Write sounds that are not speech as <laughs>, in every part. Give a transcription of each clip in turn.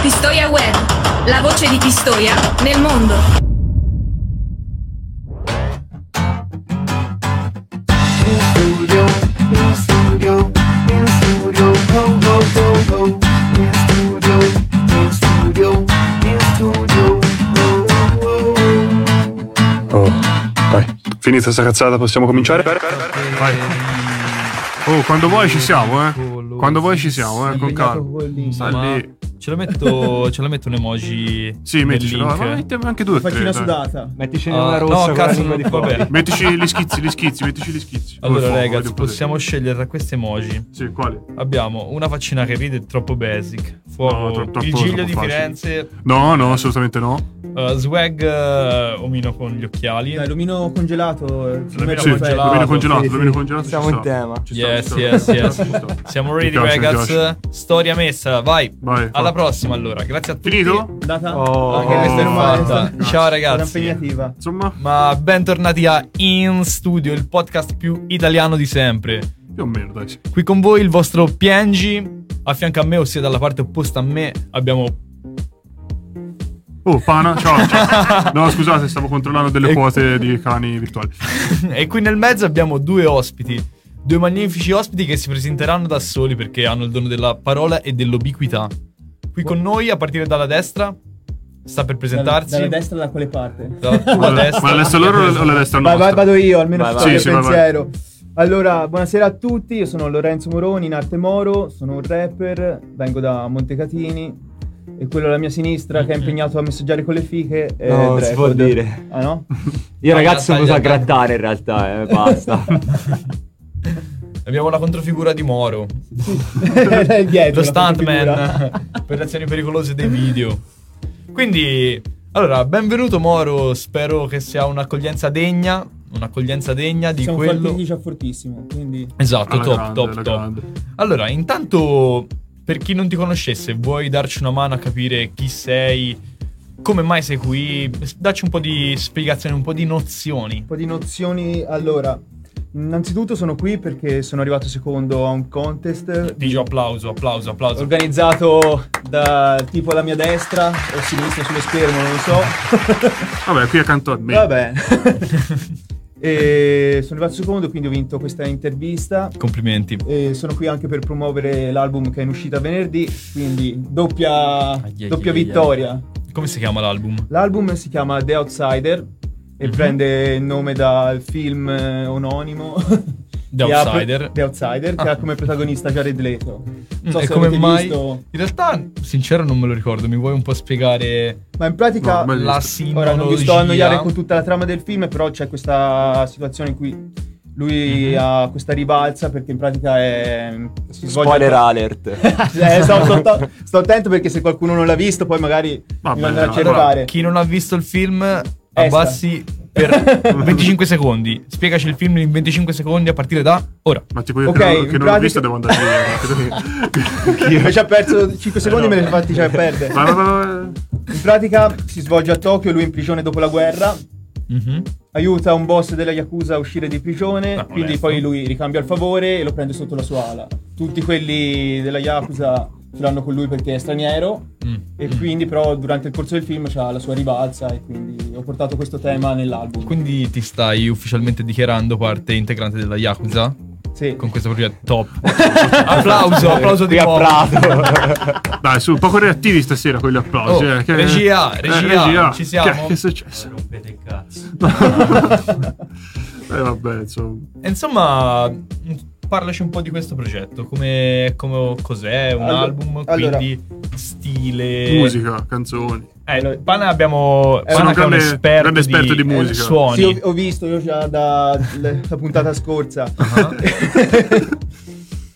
Pistoia Web, la voce di Pistoia nel mondo. In studio, in studio, in studio, go, go, go, go. In studio, in studio, in studio, oh, oh, oh. Oh, vai. Finita sta cazzata, possiamo cominciare? Vai. Oh, quando vuoi ci siamo, eh. Oh, Quando vuoi ci siamo, eh, con calma. Ma Lì. ce la metto, ce la metto un emoji. <laughs> Sì, nel mettici, no, link. ma mettiamo anche due o tre. Faccina dai. sudata. Metticene Ah, una rossa no, con la cazzo, lingua di fuori. vabbè. Mettici gli schizzi, gli schizzi, mettici gli schizzi. Allora, Come fa? ragazzi, Vediamo cos'è. possiamo scegliere tra questi emoji. Sì, quale? Abbiamo una faccina che ride troppo basic. Fuoco, No, tro- troppo- il giglio troppo di facile. Firenze, No, no, assolutamente no. eh, swag, eh, omino con gli occhiali. Dai, l'omino congelato. eh, L'omino Sì, perfetto. congelato. l'omino congelato, sì, sì. l'omino congelato. ci Siamo in sta. tema. Ci sta, Yes, ci sta, yes, ci sta, yes. ci sta. Siamo ready, piace, mi ragazzi. Storia messa, vai. Vai. Alla forza. prossima, allora. Grazie a tutti. Finito? Data? Oh, Anche questa è Oh, fatta. grazie. Ciao, Era ragazzi. impegnativa. Insomma, Ma bentornati a In Studio, il podcast più italiano di sempre. più o meno, dai. sì. Qui con voi il vostro Piangi, a fianco a me, ossia dalla parte opposta a me, abbiamo... <laughs> Oh, pana, ciao. ciao. <laughs> No, scusate, stavo controllando delle E- quote di cani virtuali. e qui nel mezzo abbiamo due ospiti, due magnifici ospiti che si presenteranno da soli perché hanno il dono della parola e dell'ubiquità. Qui con noi, a partire dalla destra, sta per Dalla- presentarsi... Dalla destra da quale parte? dalla tua Esatto. <laughs> Ma la- ma la destra loro o la destra Vai, nostra? vai, vado io, almeno Vai, faccio vai. il Sì, sì, vai, vai. pensiero. Allora, buonasera a tutti, io sono Lorenzo Moroni, in arte Moro, sono un rapper, vengo da Montecatini e quello alla mia sinistra che è impegnato a messaggiare con le fiche è No, non Dread. si può dire. Ah <laughs> no? Io No, ragazzi sono venuto a tagliata. grattare in realtà, <laughs> <laughs> eh, basta. Abbiamo la controfigura di Moro, Era il dietro. lo la figura. stuntman <laughs> per le azioni pericolose dei video. Quindi, allora, benvenuto Moro, spero che sia un'accoglienza degna, un'accoglienza degna di Siamo quello... partiti già fortissimo, quindi Esatto, Alla top, Ah, grande, top, alla top. grande. Allora, intanto, per chi non ti conoscesse, vuoi darci una mano a capire chi sei, come mai sei qui, dacci un po' di spiegazioni, un po' di nozioni. un po' di nozioni. Allora, innanzitutto sono qui perché sono arrivato secondo a un contest Digio applauso, applauso, applauso. organizzato dal tipo alla mia destra o sinistra sullo schermo, non lo <laughs> so. Vabbè, qui accanto a me. Va bene. <laughs> e sono arrivato secondo, quindi ho vinto questa intervista. Complimenti. E sono qui anche per promuovere l'album che è in uscita venerdì, quindi doppia, ai, doppia ai, ai. vittoria. Come si chiama l'album? L'album si chiama The Outsider e Mhm. prende il nome dal film eh, omonimo. <laughs> The che ha pre- Outsider. The Outsider, che Ah. Mm, ha come protagonista Jared Leto. Non so e se come avete mai? visto- In realtà, sincero, non me lo ricordo. Mi vuoi un po' spiegare Ma in pratica... No, ma- la Ora sinologia? non vi sto a annoiare con tutta la trama del film, però c'è questa situazione in cui lui Mhm. ha questa ribalza perché in pratica è... si svolge- Spoiler alert. <laughs> <laughs> Eh, sto, sto- sto- sto attento perché se qualcuno non l'ha visto poi magari Vabbè, mi andrà a no, cercare. Chi non ha visto il film, abbassi <laughs> per Per- 25 secondi. Spiegaci il film in 25 secondi a partire da ora. Ma tipo io Ok, che non, in che non l'ho pratica- visto devo andare <laughs> via. Io ci ha perso 5 Eh, secondi me ne fatti già <laughs> perdere. Vai, vai, vai, vai. In pratica si svolge a Tokyo, lui in prigione dopo la guerra, Mhm. aiuta un boss della Yakuza a uscire di prigione, Ah, quindi onesto. poi lui ricambia il favore e lo prende sotto la sua ala. Tutti quelli della Yakuza ce l'hanno con lui perché è straniero Mm. e Mm. quindi però durante il corso del film c'ha la sua ribalza e quindi ho portato questo tema nell'album. Quindi ti stai ufficialmente dichiarando parte integrante della Yakuza sì. con questo progetto top. <laughs> applauso, applauso di Qui a nuovo. Prato. Dai, su, poco reattivi stasera con gli applausi. Oh, eh, che- regia, eh, regia, ci siamo? Che, che è successo? <laughs> Rompete il cazzo. Eh, vabbè, insomma. <laughs> E Insomma, mh, parlaci un po' di questo progetto, come, come- cos'è un Allora- album, allora. quindi stile... Musica, canzoni. Eh, allora, Pana abbiamo... Sono Pana che è un grande- esperto, grande esperto di eh, musica. Suoni. Sì, ho, ho visto io già dalla puntata scorsa. Ah. <laughs>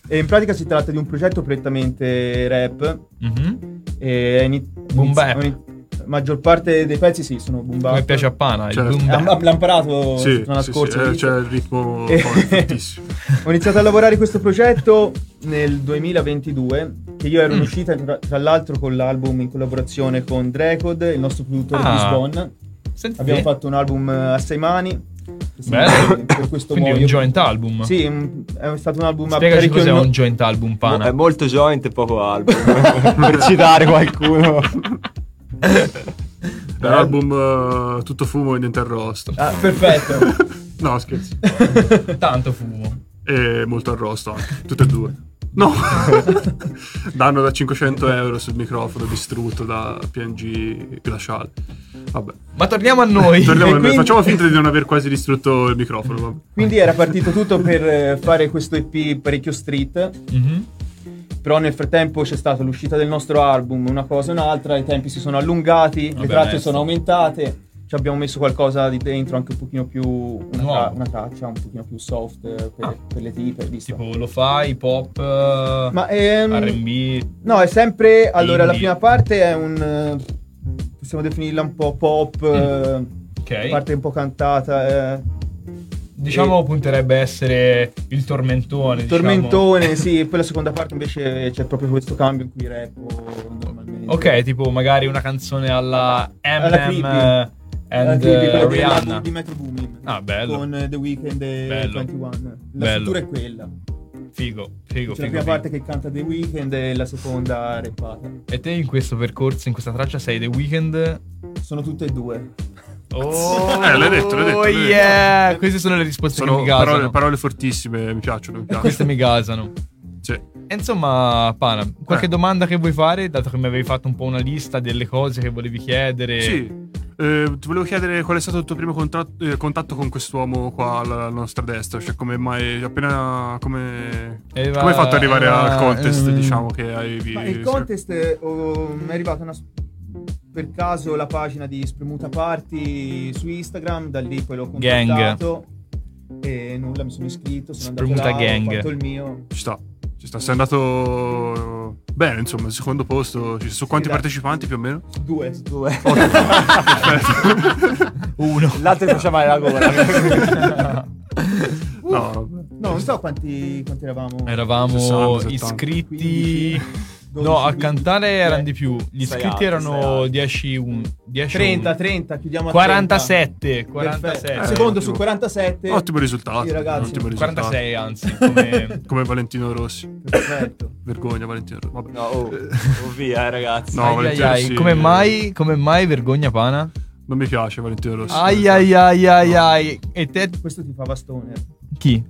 e in pratica si tratta di un progetto prettamente rap. Mhm. E è ini- Boom bap. iniz- La maggior parte dei pezzi sì, sono boom bap. Come piace a Pana, Certo. il boom Ah, bap. ma- L'ha imparato Sì, settimana sì, sì, scorsa. eh, ho visto. cioè- c'è il ritmo Eh. poi, fortissimo. <laughs> Ho iniziato a lavorare questo progetto nel 2022, che io ero Mm. in uscita tra, tra l'altro con l'album in collaborazione con Drecod, il nostro produttore Ah. di Lisbon. Senti, Abbiamo fatto un album eh, a eh, sei mani Bello. Per questo Quindi muoio. un joint album. Sì, un- è stato un album Spiegaci parecchio cos'è no- un joint album, Mo- È pana. molto joint e poco <laughs> album. per citare <laughs> qualcuno. Per album eh, Tutto fumo e <laughs> niente arrosto. Ah, perfetto. <laughs> No, scherzi. Tanto fumo. E molto arrosto anche, tutte e due. No! Danno da 500 euro sul microfono distrutto da PNG Glacial. Vabbè. Ma torniamo a <laughs> noi. Torniamo a noi, quindi- Facciamo finta di non aver quasi distrutto il microfono. vabbè. Quindi era partito tutto per eh, fare questo EP parecchio street. Mhm. Però nel frattempo c'è stata l'uscita del nostro album, una cosa e un'altra, i tempi si sono allungati, Vabbè, le tracce onesto. sono aumentate, ci abbiamo messo qualcosa di dentro anche un pochino più una, Nuovo. tra- una traccia, un pochino più soft eh, per, Ah. per le tipe, visto. Tipo lo fai, pop, eh, Ma ehm, R&B. no, è sempre allora la Indie. prima parte è un eh, possiamo definirla un po' pop, eh, Mm. Ok. parte un po' cantata, eh, Diciamo punterebbe a essere il tormentone. diciamo. tormentone, sì, e poi la seconda parte invece c'è proprio questo cambio in cui rap normalmente. Ok, tipo magari una canzone alla Alla Eminem creepy. eh, and Quella di- eh, quella di- Rihanna. di Metro Boomin Ah, bello. con eh, The Weeknd e Bello. 21 la Bello. struttura è quella Figo, figo, c'è la figo. prima figo. parte che canta The Weeknd e la seconda rappata E te in questo percorso, in questa traccia sei The Weeknd. sono tutte e due Oh, Eh, l'hai detto, l'hai detto, l'hai detto. yeah. Queste sono le risposte che Sono mi parole, gasano. parole fortissime, mi piacciono, mi Queste piacciono. mi gasano. Sì. E insomma, Pana, qualche Eh. domanda che vuoi fare? Dato che mi avevi fatto un po' una lista delle cose che volevi chiedere. Sì. Eh, ti volevo chiedere qual è stato il tuo primo contrat- eh, contatto con quest'uomo qua alla, alla nostra destra, cioè come mai appena come, Aveva- come hai fatto ad arrivare al aveva- contest, ehm, diciamo che hai Ah, eh, ma il contest eh, oh, mi è arrivata una s- per caso la pagina di Spremuta Party su Instagram da lì poi l'ho Gang. contattato e nulla mi sono iscritto sono Spremuta andato là Gang. ho fatto il mio ci sta. Ci sta, sei andato bene, insomma, al secondo posto. Ci- Su quanti dai. partecipanti più o meno? due <laughs> Uno. L'altro faccia male la Uh. gola. No, vabbè. no non so quanti, quanti eravamo Eravamo 60, 70. iscritti. 15, No, a 12, cantare erano eh, di più. eh, cioè. Gli sei iscritti alti, sei erano alti. 10, un- 10 30, un- 30, chiudiamo a 47, 47. Perfetto. Eh, Secondo su ottimo. 47. Ottimo risultato. Sì, ragazzi. ottimo risultato. 46 anzi, come Come Valentino Rossi. Perfetto. Vergogna, Valentino Rossi. Vabbè. <laughs> No, oh, oh, via eh, <laughs> ragazzi. No, Ai, ai, volentieri ai, sì. come mai, come mai vergogna pana? Non mi piace Valentino Rossi. Ai ai ai ai ai. E te Questo ti fa bastone. eh. chi?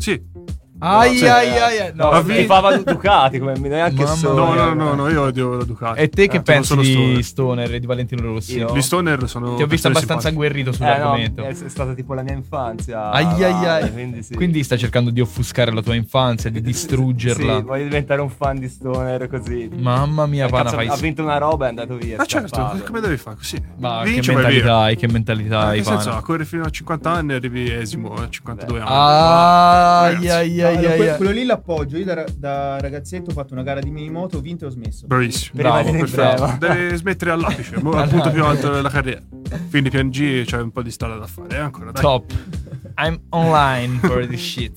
Sì. Ai Sì. ai ai ai. No, cioè, No, Cioè, vabbè. ti fa Ducati come neanche Mamma solo. No, mia. no, no, no, io odio la Ducati. E te Eh, che non pensi sono di stoner. stoner. e di Valentino Rossi? Io- Gli stoner sono. Ti ho visto persone abbastanza simpatiche. guerrito Eh, no, sull'argomento. è è stata tipo la mia infanzia. Ah, Ai ai ai. Quindi sì. sta cercando di offuscare la tua infanzia, di distruggerla. Sì, voglio diventare un fan di Stoner così. Mamma mia, pana, Cazzo, fai ha vinto una roba e è andato via. Ah, è certo, scappato. come devi fare? Così. cioè, Ma Vinci, che vai via. mentalità hai, che mentalità Eh, hai, Nel senso, pana. corri fino a 50 anni e arrivi esimo a 52 anni. Ah, Ragazzi. ai ai ai Allora, ai, que- ai. quello lì l'appoggio. Io da, ra- da ragazzetto ho fatto una gara di mini moto, ho vinto e ho smesso. Bravissimo. Bravo, rimanere in perfetto. breve. Devi smettere all'apice, <laughs> mo- al punto più alto della carriera. Quindi PNG c'è un po' di strada da fare eh, ancora. Dai. Top. I'm online for this shit.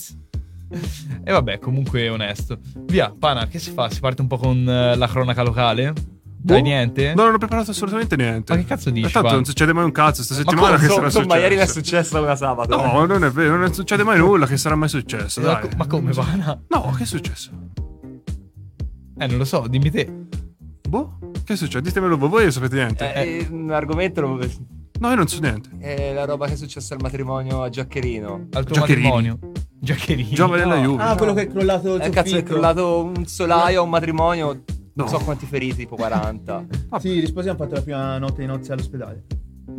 E vabbè, comunque onesto. Via, pana, che si fa? Si parte un po' con eh, la cronaca locale? Dai, Boh. niente? No, non ho preparato assolutamente niente. Ma che cazzo dici, Ma Tanto Pan? non succede mai un cazzo sta Ma settimana come, che so- sarà insomma, ieri ne è successo. successa una sabato. No, non è vero, non succede mai nulla che sarà mai successo. Ma, Dai. co- ma come, pana? No, che è successo? Eh, non lo so, dimmi te. Boh, che è successo? Ditemelo voi, voi non sapete niente. Eh, eh, un argomento non- No, io non so niente. è la roba che è successa al matrimonio a Giaccherino. Eh, Al tuo Giaccherini. matrimonio. Giaccherini. Giovane della Juve. Ah, quello che è crollato il Eh, cazzo, è soffitto. crollato un solaio a un matrimonio. No. Non so quanti feriti, tipo 40. Sì, gli sposi hanno fatto la prima notte di nozze all'ospedale.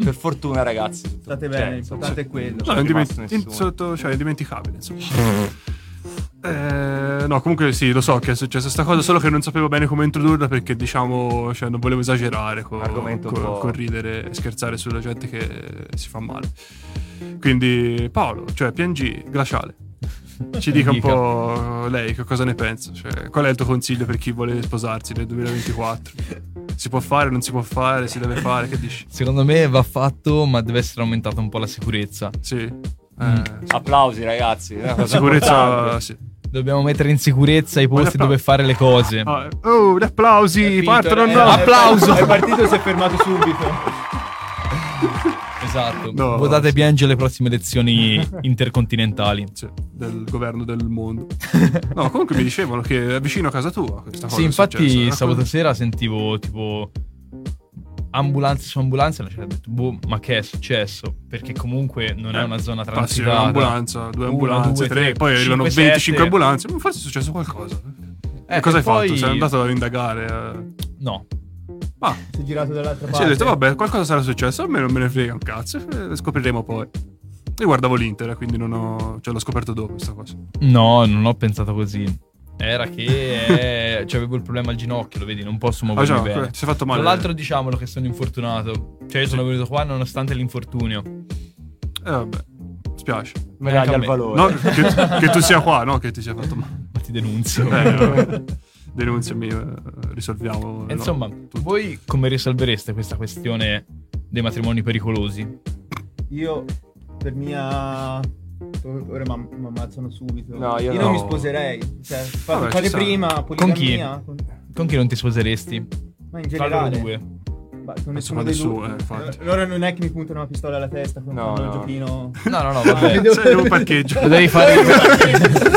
per fortuna, ragazzi. State bene, l'importante è quello. No, Non è è rimasto indimen- in- nessuno. sotto- cioè, è indimenticabile, insomma. <laughs> Eh, no, comunque sì, lo so che è successa sta cosa, solo che non sapevo bene come introdurla perché, diciamo, cioè, non volevo esagerare con, Argomento un po'. ridere e scherzare sulla gente che si fa male. Quindi, Paolo, cioè PNG, glaciale, ci dica un Dica. po' lei che cosa ne pensa. Cioè, qual è il tuo consiglio per chi vuole sposarsi nel 2024? Si può fare, non si può fare, si deve fare, che dici? Secondo me va fatto, ma deve essere aumentata un po' la sicurezza. Sì. Eh, Mm. sì. Applausi, ragazzi. è una cosa Sicurezza, importante. sì. Dobbiamo mettere in sicurezza i posti però- dove fare le cose. Ah, Oh, gli applausi, Finito, partono eh, no. è- Applauso! È partito e si è fermato subito. Esatto. Esatto. No, Votate sì. Pienge alle prossime elezioni <laughs> intercontinentali. Cioè, del governo del mondo. <laughs> No, comunque mi dicevano che è vicino a casa tua questa cosa. Sì, è infatti successa, eh, sabato racconta. sera sentivo tipo ambulanze su ambulanze e la gente ha detto boh ma che è successo perché comunque non è Eh, una zona Passi transitata un'ambulanza, due Una, ambulanze, due, tre, tre, poi arrivano cinque, 25 sette. ambulanze. Ma forse è successo qualcosa. Eh, cosa e hai poi- fatto? Sei andato ad indagare? eh? no Ma Si è girato dall'altra si parte. è detto, vabbè, qualcosa sarà successo. A me non me ne frega un cazzo. eh, Scopriremo poi. Io guardavo l'Inter, quindi non ho. Cioè, l'ho scoperto dopo questa cosa. no non ho pensato così era che eh, cioè, avevo il problema al ginocchio lo vedi non posso Ah, muovermi già, bene ti sei fatto tra male. l'altro diciamolo che sono infortunato cioè io sono venuto qua nonostante l'infortunio Eh, vabbè, spiace. Medaglia Anche a al me. <laughs> valore. No, che, che tu sia qua, no? Che ti sia fatto male. ma ti denunzio Eh, <laughs> vabbè. Denunziami, eh, risolviamo. E no, Insomma, tutto. voi come risolvereste questa questione dei matrimoni pericolosi? Io, per mia... Ora mi ammazzano subito. No, io non no. mi sposerei. Cioè, fate, Vabbè, fate ci sta. prima, poligamia. Con chi non ti sposeresti? Ma in Tra loro generale... <laughs> due. Ma con nessuno Insomma, dei nessuno, due. eh, infatti. Eh, Loro non è che mi puntano una pistola alla testa con No, fanno il no. <laughs> giochino. No, no, no, vabbè. <laughs> Vedo- Sei in Eh, un parcheggio. <laughs> Lo devi fare.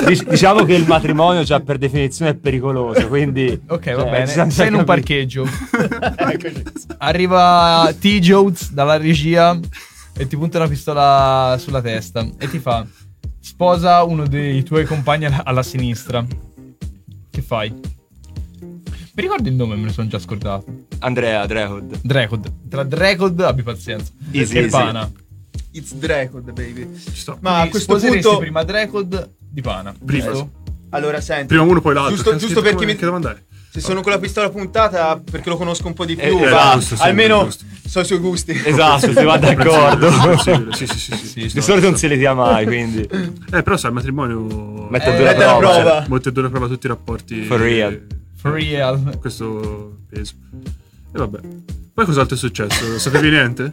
Dic- diciamo che il matrimonio già per definizione è pericoloso, quindi... Ok, va cioè, bene. bisogna Sei in un capire. parcheggio. Ecco. Arriva t Jones dalla regia e ti punta una pistola sulla testa e ti fa sposa uno dei tuoi compagni alla, alla sinistra. Che fai? Mi ricordo il nome, me ne sono già scordato. Andrea, Drehod. Drecod. Tra Drecod, abbi pazienza. Easy, e easy. Pana. <laughs> It's Drecod, baby. Ci sto. Ma a questo Sposeresti punto... prima Drecod di Pana. Prima. giusto? Allora, senti. Prima uno, poi l'altro. Giusto, Cazzo, giusto che- perché mi... Che domanda è? Se sono con la pistola puntata, perché lo conosco un po' di più, eh, va. giusto, sì, almeno giusto. so i suoi gusti. <laughs> Esatto, si va d'accordo. Comprensibile, Sì, sì, sì. sì, Sì, sì. sì. Di solito non si li dia mai, quindi... Eh, però sai, il matrimonio... Mette Eh, a dura mette alla prova. prova. cioè, mette a dura prova tutti i rapporti. Eh, For real. For real. Questo peso. E vabbè. Poi cos'altro è successo? Sapevi niente?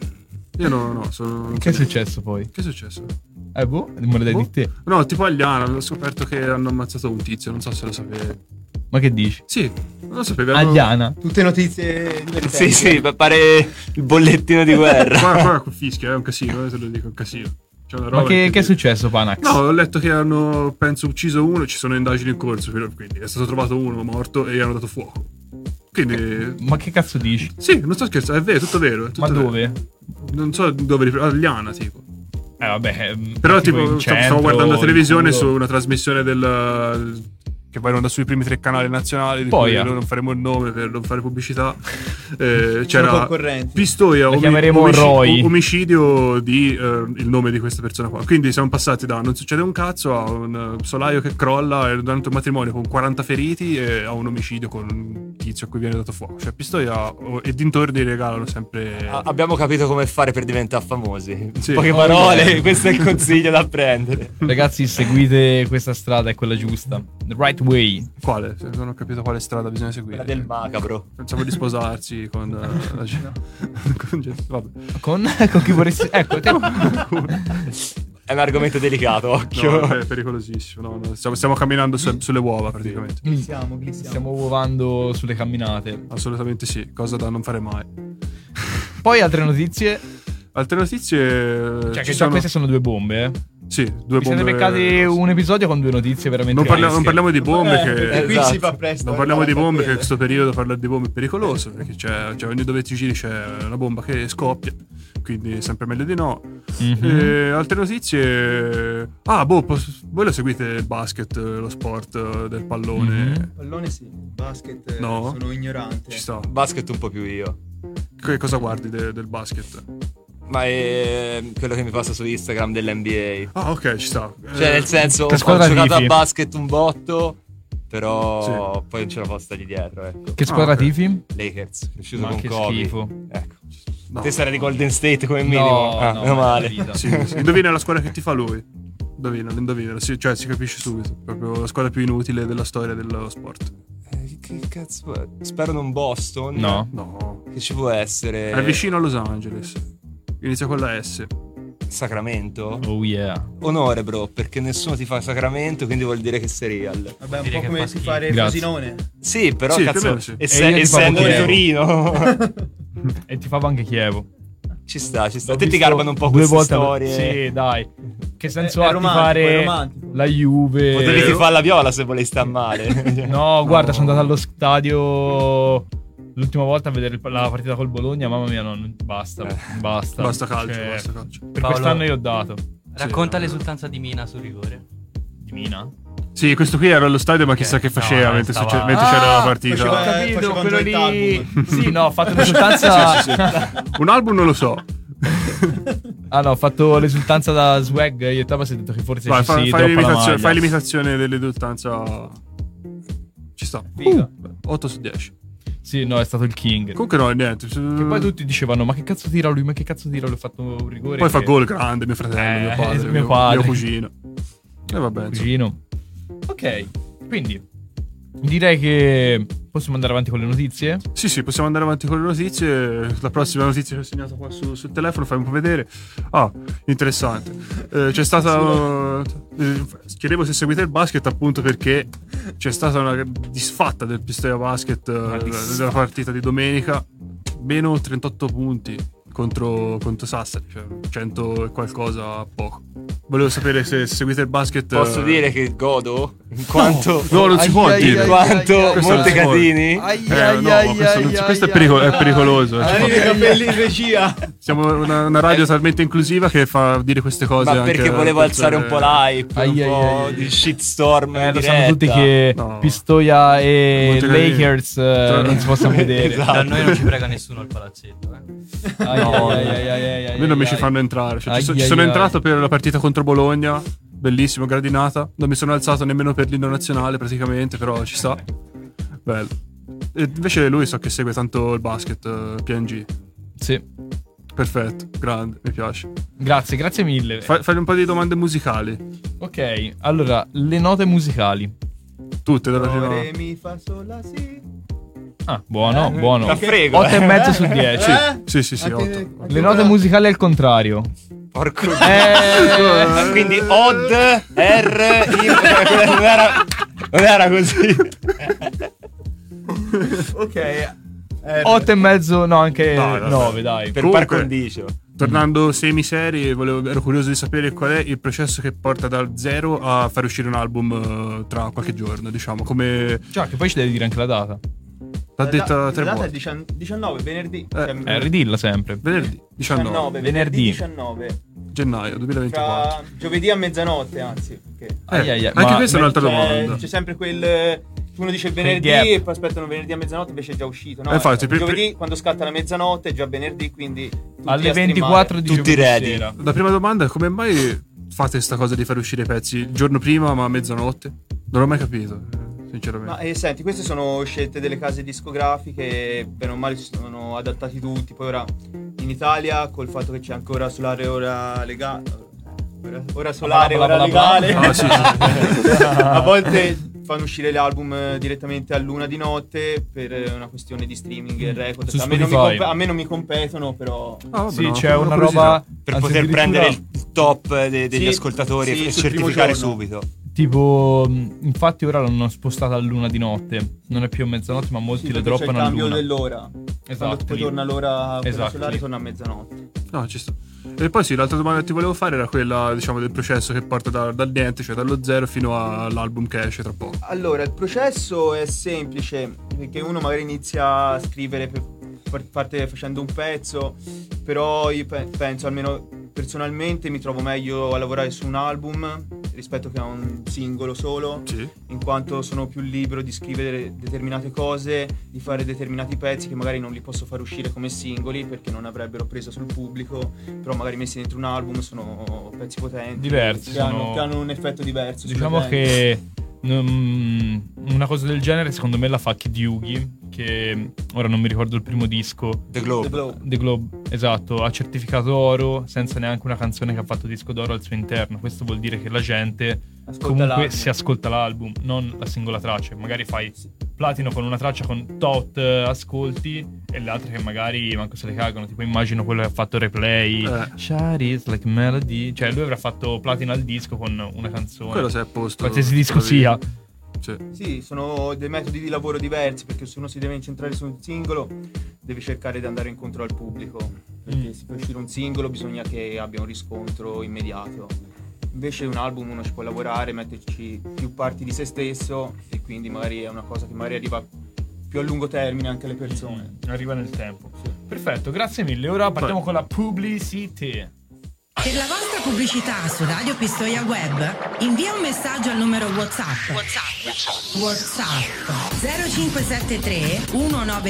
Io no, no, sono... Che è successo poi? Che è successo? Eh, boh, me lo dai Boh. di te. No, tipo a Liana, avevo scoperto che hanno ammazzato un tizio, non so se lo sapevi. Ma che dici? Sì, non lo sapevi. hanno- Agliana. Tutte notizie divertenti. Sì, sì, pa- pare il bollettino <laughs> di guerra. Qua, qua fischia, è un casino, eh, te lo dico, è un casino. C'è una roba Ma che, che è incredibile. successo, Panax? No, ho letto che hanno, penso, ucciso uno e ci sono indagini in corso, però- quindi è stato trovato uno morto e gli hanno dato fuoco. Quindi... Eh, Ma che cazzo dici? Sì, non sto scherzando, è vero, è tutto vero. è tutto Ma vero. dove? Non so dove, a Liana tipo. Eh, vabbè. ehm, Però in tipo, stavo- centro, stavo guardando la in televisione culo. su una trasmissione del... Che va in onda sui primi tre canali nazionali, di Poi, cui eh. noi non faremo il nome per non fare pubblicità. Eh, Sono c'era concorrenti. Pistoia, La omi- chiameremo Roy. omicidio di eh, il nome di questa persona qua. Quindi siamo passati da non succede un cazzo a un eh, solaio che crolla e durante un matrimonio con 40 feriti e a un omicidio con un tizio a cui viene dato fuoco. Cioè Pistoia oh, e dintorni regalano sempre... A- Abbiamo capito come fare per diventare famosi. Sì. Oh, Poche parole, <laughs> questo è il consiglio da prendere. Ragazzi, seguite questa strada, è quella giusta. The right way. Quale? Se Non ho capito quale strada bisogna seguire. Quella del macabro. Pensavo di sposarsi <laughs> con eh, la gente. con gente- Vabbè. Con, <laughs> con chi vorresti. Ecco, te. È un argomento delicato, No, occhio. è pericolosissimo. no, no, Stiamo, stiamo camminando su- sulle uova praticamente. Glissiamo, glissiamo. Stiamo uovando sulle camminate. Assolutamente sì, cosa da non fare mai. Poi altre notizie. Altre notizie. Cioè, ci che già sono- queste sono due bombe, eh. Sì, due Vi siete bombe. beccati un episodio con due notizie veramente. Non, parliamo, non fresche. parliamo di bombe Eh, perché che. qui Esatto. si fa presto. Non parliamo di bombe, che in Quelle. questo periodo parlare di bombe è pericoloso, perché c'è, cioè, ogni dove ti giri c'è una bomba che scoppia, quindi è sempre meglio di no. Mhm. E altre notizie. Ah, boh, pos- voi lo seguite il basket, lo sport eh, del pallone. Mhm. Pallone sì, basket eh, No. sono ignorante. Ci sta. Basket un po' più io. Che cosa guardi de- del basket? Ma è ehm, quello che mi passa su Instagram dell'NBA. Ah, ok, ci sta. Cioè, Eh, nel senso, Che ho squadra giocato tifi? a basket un botto, però poi non c'è la posta lì dietro, ecco. Che squadra Ah, ok. tifi? Lakers, cresciuto Ma con che Kobe. schifo. Ecco. no. Te sarai di Golden State come minimo. Ah, meno male. vita. Sì, sì. Indovina la squadra che ti fa lui. Indovina, indovina. Sì, cioè, si capisce subito. Proprio la squadra più inutile della storia dello sport. Eh, Che cazzo. Spero non Boston. No. No. Che ci può essere? Eh. È vicino a Los Angeles. Inizia con la S. Sacramento? Oh yeah. Onore, bro, perché nessuno ti fa Sacramento, quindi vuol dire che sei real. Vabbè, un Dire po' che come fa si schifo. fare Grazie. <laughs> Frosinone. Sì, però Sì, più o cazzo, meno sì. ess- E io ti fa <laughs> essendo di Chievo. Torino. E ti fa anche Chievo. Ci sta, ci sta. Ho Te ti visto garbano un po' due queste volte- storie. Sì, dai. Che senso È- è ha di romantico, è fare romantico. la Juve? Potevi ti fare la viola se volevi <laughs> sta male. No, guarda, sono andato allo stadio l'ultima volta a vedere il- la partita col Bologna. Mamma mia, no, non- basta. Basta. Eh, Basta calcio, certo. Cioè, basta calcio. Per Paolo- quest'anno io ho dato. Racconta no. l'esultanza di Mina sul rigore. Di Mina? Sì, questo qui era allo stadio, ma chissà Ok, che no, faceva eh, mentre, stava- succe- mentre c'era la partita. Ho faceva- Eh, capito, facevano quello già il lì. <laughs> Sì, no, ho fatto l'esultanza. <laughs> Un album non lo so. Ah, no, ho fatto l'esultanza da swag. Io e Tava si è detto che forse Vai, ci fa- fai, si droppa la l'imitazione, maglia. fai l'imitazione dell'edultanza. oh. Ci sta. Figa. 8 su 10. Sì, no, è stato il King. Comunque no, niente. Che poi tutti dicevano, ma che cazzo tira lui? Ma che cazzo tira lui? Ho fatto un rigore. Poi fa che- gol grande, mio fratello, mio Eh, padre, mio mio, padre. mio cugino. E vabbè, insomma. Cugino. Ok, quindi direi che possiamo andare avanti con le notizie. Sì, sì, possiamo andare avanti con le notizie. La prossima notizia che ho segnato qua su- sul telefono, fammi un po' vedere. Ah, interessante. Eh, c'è stata. eh, chiedevo se seguite il basket, appunto perché c'è stata una disfatta del Pistoia Basket eh, della partita di domenica. Meno 38 punti contro, contro Sassari, cioè 100 e qualcosa poco. Volevo sapere se seguite il basket. Posso eh, dire che godo? In quanto. No, non si può Ai, ai, dire. ai, In ai, ai, quanto ai, Montecatini. Eh, no, questo, non- questo è, pericol- è pericoloso. cioè. ci fa Arrivi i capelli in regia. Siamo una, una radio talmente inclusiva che fa dire queste cose. Eh. Ma anche perché volevo a alzare un po' persone- l'hype, Ai, un ai, po' ai, ai. di shitstorm. Eh, in lo sanno diretta. tutti che No. Pistoia e Molto carino. Lakers eh, Tra- non <laughs> si possono vedere. Esatto. Da noi non ci prega nessuno il palazzetto. Eh. Ai, No, ai, ai, ai, ai, A ai, me non mi ai, ci ai. fanno entrare. Cioè, ci, so- Ai, ci ai, sono ai. entrato per la partita contro Bologna, bellissimo, gradinata. Non mi sono alzato nemmeno per l'inno nazionale praticamente, però ci sta. Bello. E invece lui so che segue tanto il basket, eh, PNG. Sì. Perfetto, grande, mi piace. Grazie, grazie mille. Fa- fagli un paio di domande musicali. ok, allora, le note musicali. Tutte dalla prima. Re, mi fa sola <laughs> si. Ah, buono, buono. Eh, La frego. 8 e mezzo su Sì, 10. Eh? sì, sì, sì, Anche- otto. anche Le quella- note musicali al contrario. Porco Eh, Ma <laughs> quindi odd, r, I- non era, non era così. Ok. eh, 8 e mezzo, no, anche No, no, 9, dai. Per Comunque. par condicio. Tornando semi-serie, volevo- ero curioso di sapere qual è il processo che porta dal zero a far uscire un album eh, tra qualche giorno, diciamo, come Già, che poi ci devi dire anche la data. l'ha la- detta la tre data è volte. 19, 19 venerdì. Eh, ridilla sempre. Venerdì 19 19, Venerdì. venerdì 19 gennaio 2024. tra giovedì a mezzanotte, anzi, perché Eh, Ai, ai, ai, anche ma- questa è un'altra c'è, domanda. Cioè, c'è sempre quel eh, uno dice venerdì gap. e poi aspettano venerdì a mezzanotte invece è già uscito no? Cioè, Eh, infatti, per- giovedì quando scatta la mezzanotte è già venerdì quindi tutti Alle a streamare. 24 di Tutti giovedì ready. sera. Ah, La prima domanda è come mai fate questa cosa di far uscire i pezzi il giorno prima ma a mezzanotte? Non l'ho mai capito, eh, sinceramente. Ma eh, senti, queste sono scelte delle case discografiche, bene o male si sono adattati tutti. Poi ora in Italia, col fatto che c'è ancora solare ora legale. Ora, ora solare, bla, ora bla, bla, bla. legale. Ah, sì, sì. <laughs> A volte fanno uscire l'album eh, direttamente a luna di notte per eh, una questione di streaming e record. Mm. Su A me, non mi Spotify. comp- a me non mi competono, però. Ah, vabbè, Sì, no, c'è una curiosità. roba cioè, Per anzi, poter addirittura prendere il top eh, de- degli Sì, ascoltatori sì, e sul primo certificare giorno. subito. Tipo, mh, infatti ora l'hanno spostata a luna di notte. Non è più a mezzanotte, ma molti Sì, le perché c'è il droppano a cambio luna. dell'ora. Quando Esatto. poi lì. torna l'ora quella Esatto, solare, lì. torna a mezzanotte. No, ci sta. E poi sì, l'altra domanda che ti volevo fare era quella, diciamo, del processo che porta da- dal niente, cioè dallo zero fino all'album che esce tra poco. Allora, il processo è semplice, perché uno magari inizia a scrivere per- per- parte facendo un pezzo, però io pe- penso, almeno personalmente, mi trovo meglio a lavorare su un album rispetto che a un singolo solo, Sì. in quanto sono più libero di scrivere determinate cose, di fare determinati pezzi che magari non li posso far uscire come singoli perché non avrebbero preso sul pubblico, però magari messi dentro un album sono pezzi potenti, Diversi, che, hanno, sono- che hanno un effetto diverso. sulle Diciamo gente. che mm, una cosa del genere secondo me la fa Kid Yugi, che mm, ora non mi ricordo il primo disco. The The Globe. Blow. The Globe, esatto, ha certificato oro senza neanche una canzone che ha fatto disco d'oro al suo interno. Questo vuol dire che la gente Ascolta comunque l'album. si ascolta l'album, non la singola traccia. Magari fai platino con una traccia con tot eh, ascolti e le altre che magari manco se le cagano. Tipo immagino quello che ha fatto Replay, Eh. Charis, Like Melody. Cioè lui avrà fatto platino al disco con una canzone. Quello sei a posto. Qualsiasi disco Tra di- sia. Oh. Sì. Sì, sono dei metodi di lavoro diversi perché se uno si deve incentrare su un singolo deve cercare di andare incontro al pubblico. Mm. perché se per uscire un singolo bisogna che abbia un riscontro immediato. Invece un album uno ci può lavorare, metterci più parti di se stesso e quindi magari è una cosa che magari arriva più a lungo termine anche alle persone. Mm. Arriva nel tempo. Perfetto, grazie mille. Ora partiamo con la publicity. Per la vostra pubblicità su Radio Pistoia Web, invia un messaggio al numero WhatsApp. WhatsApp. WhatsApp 0573 190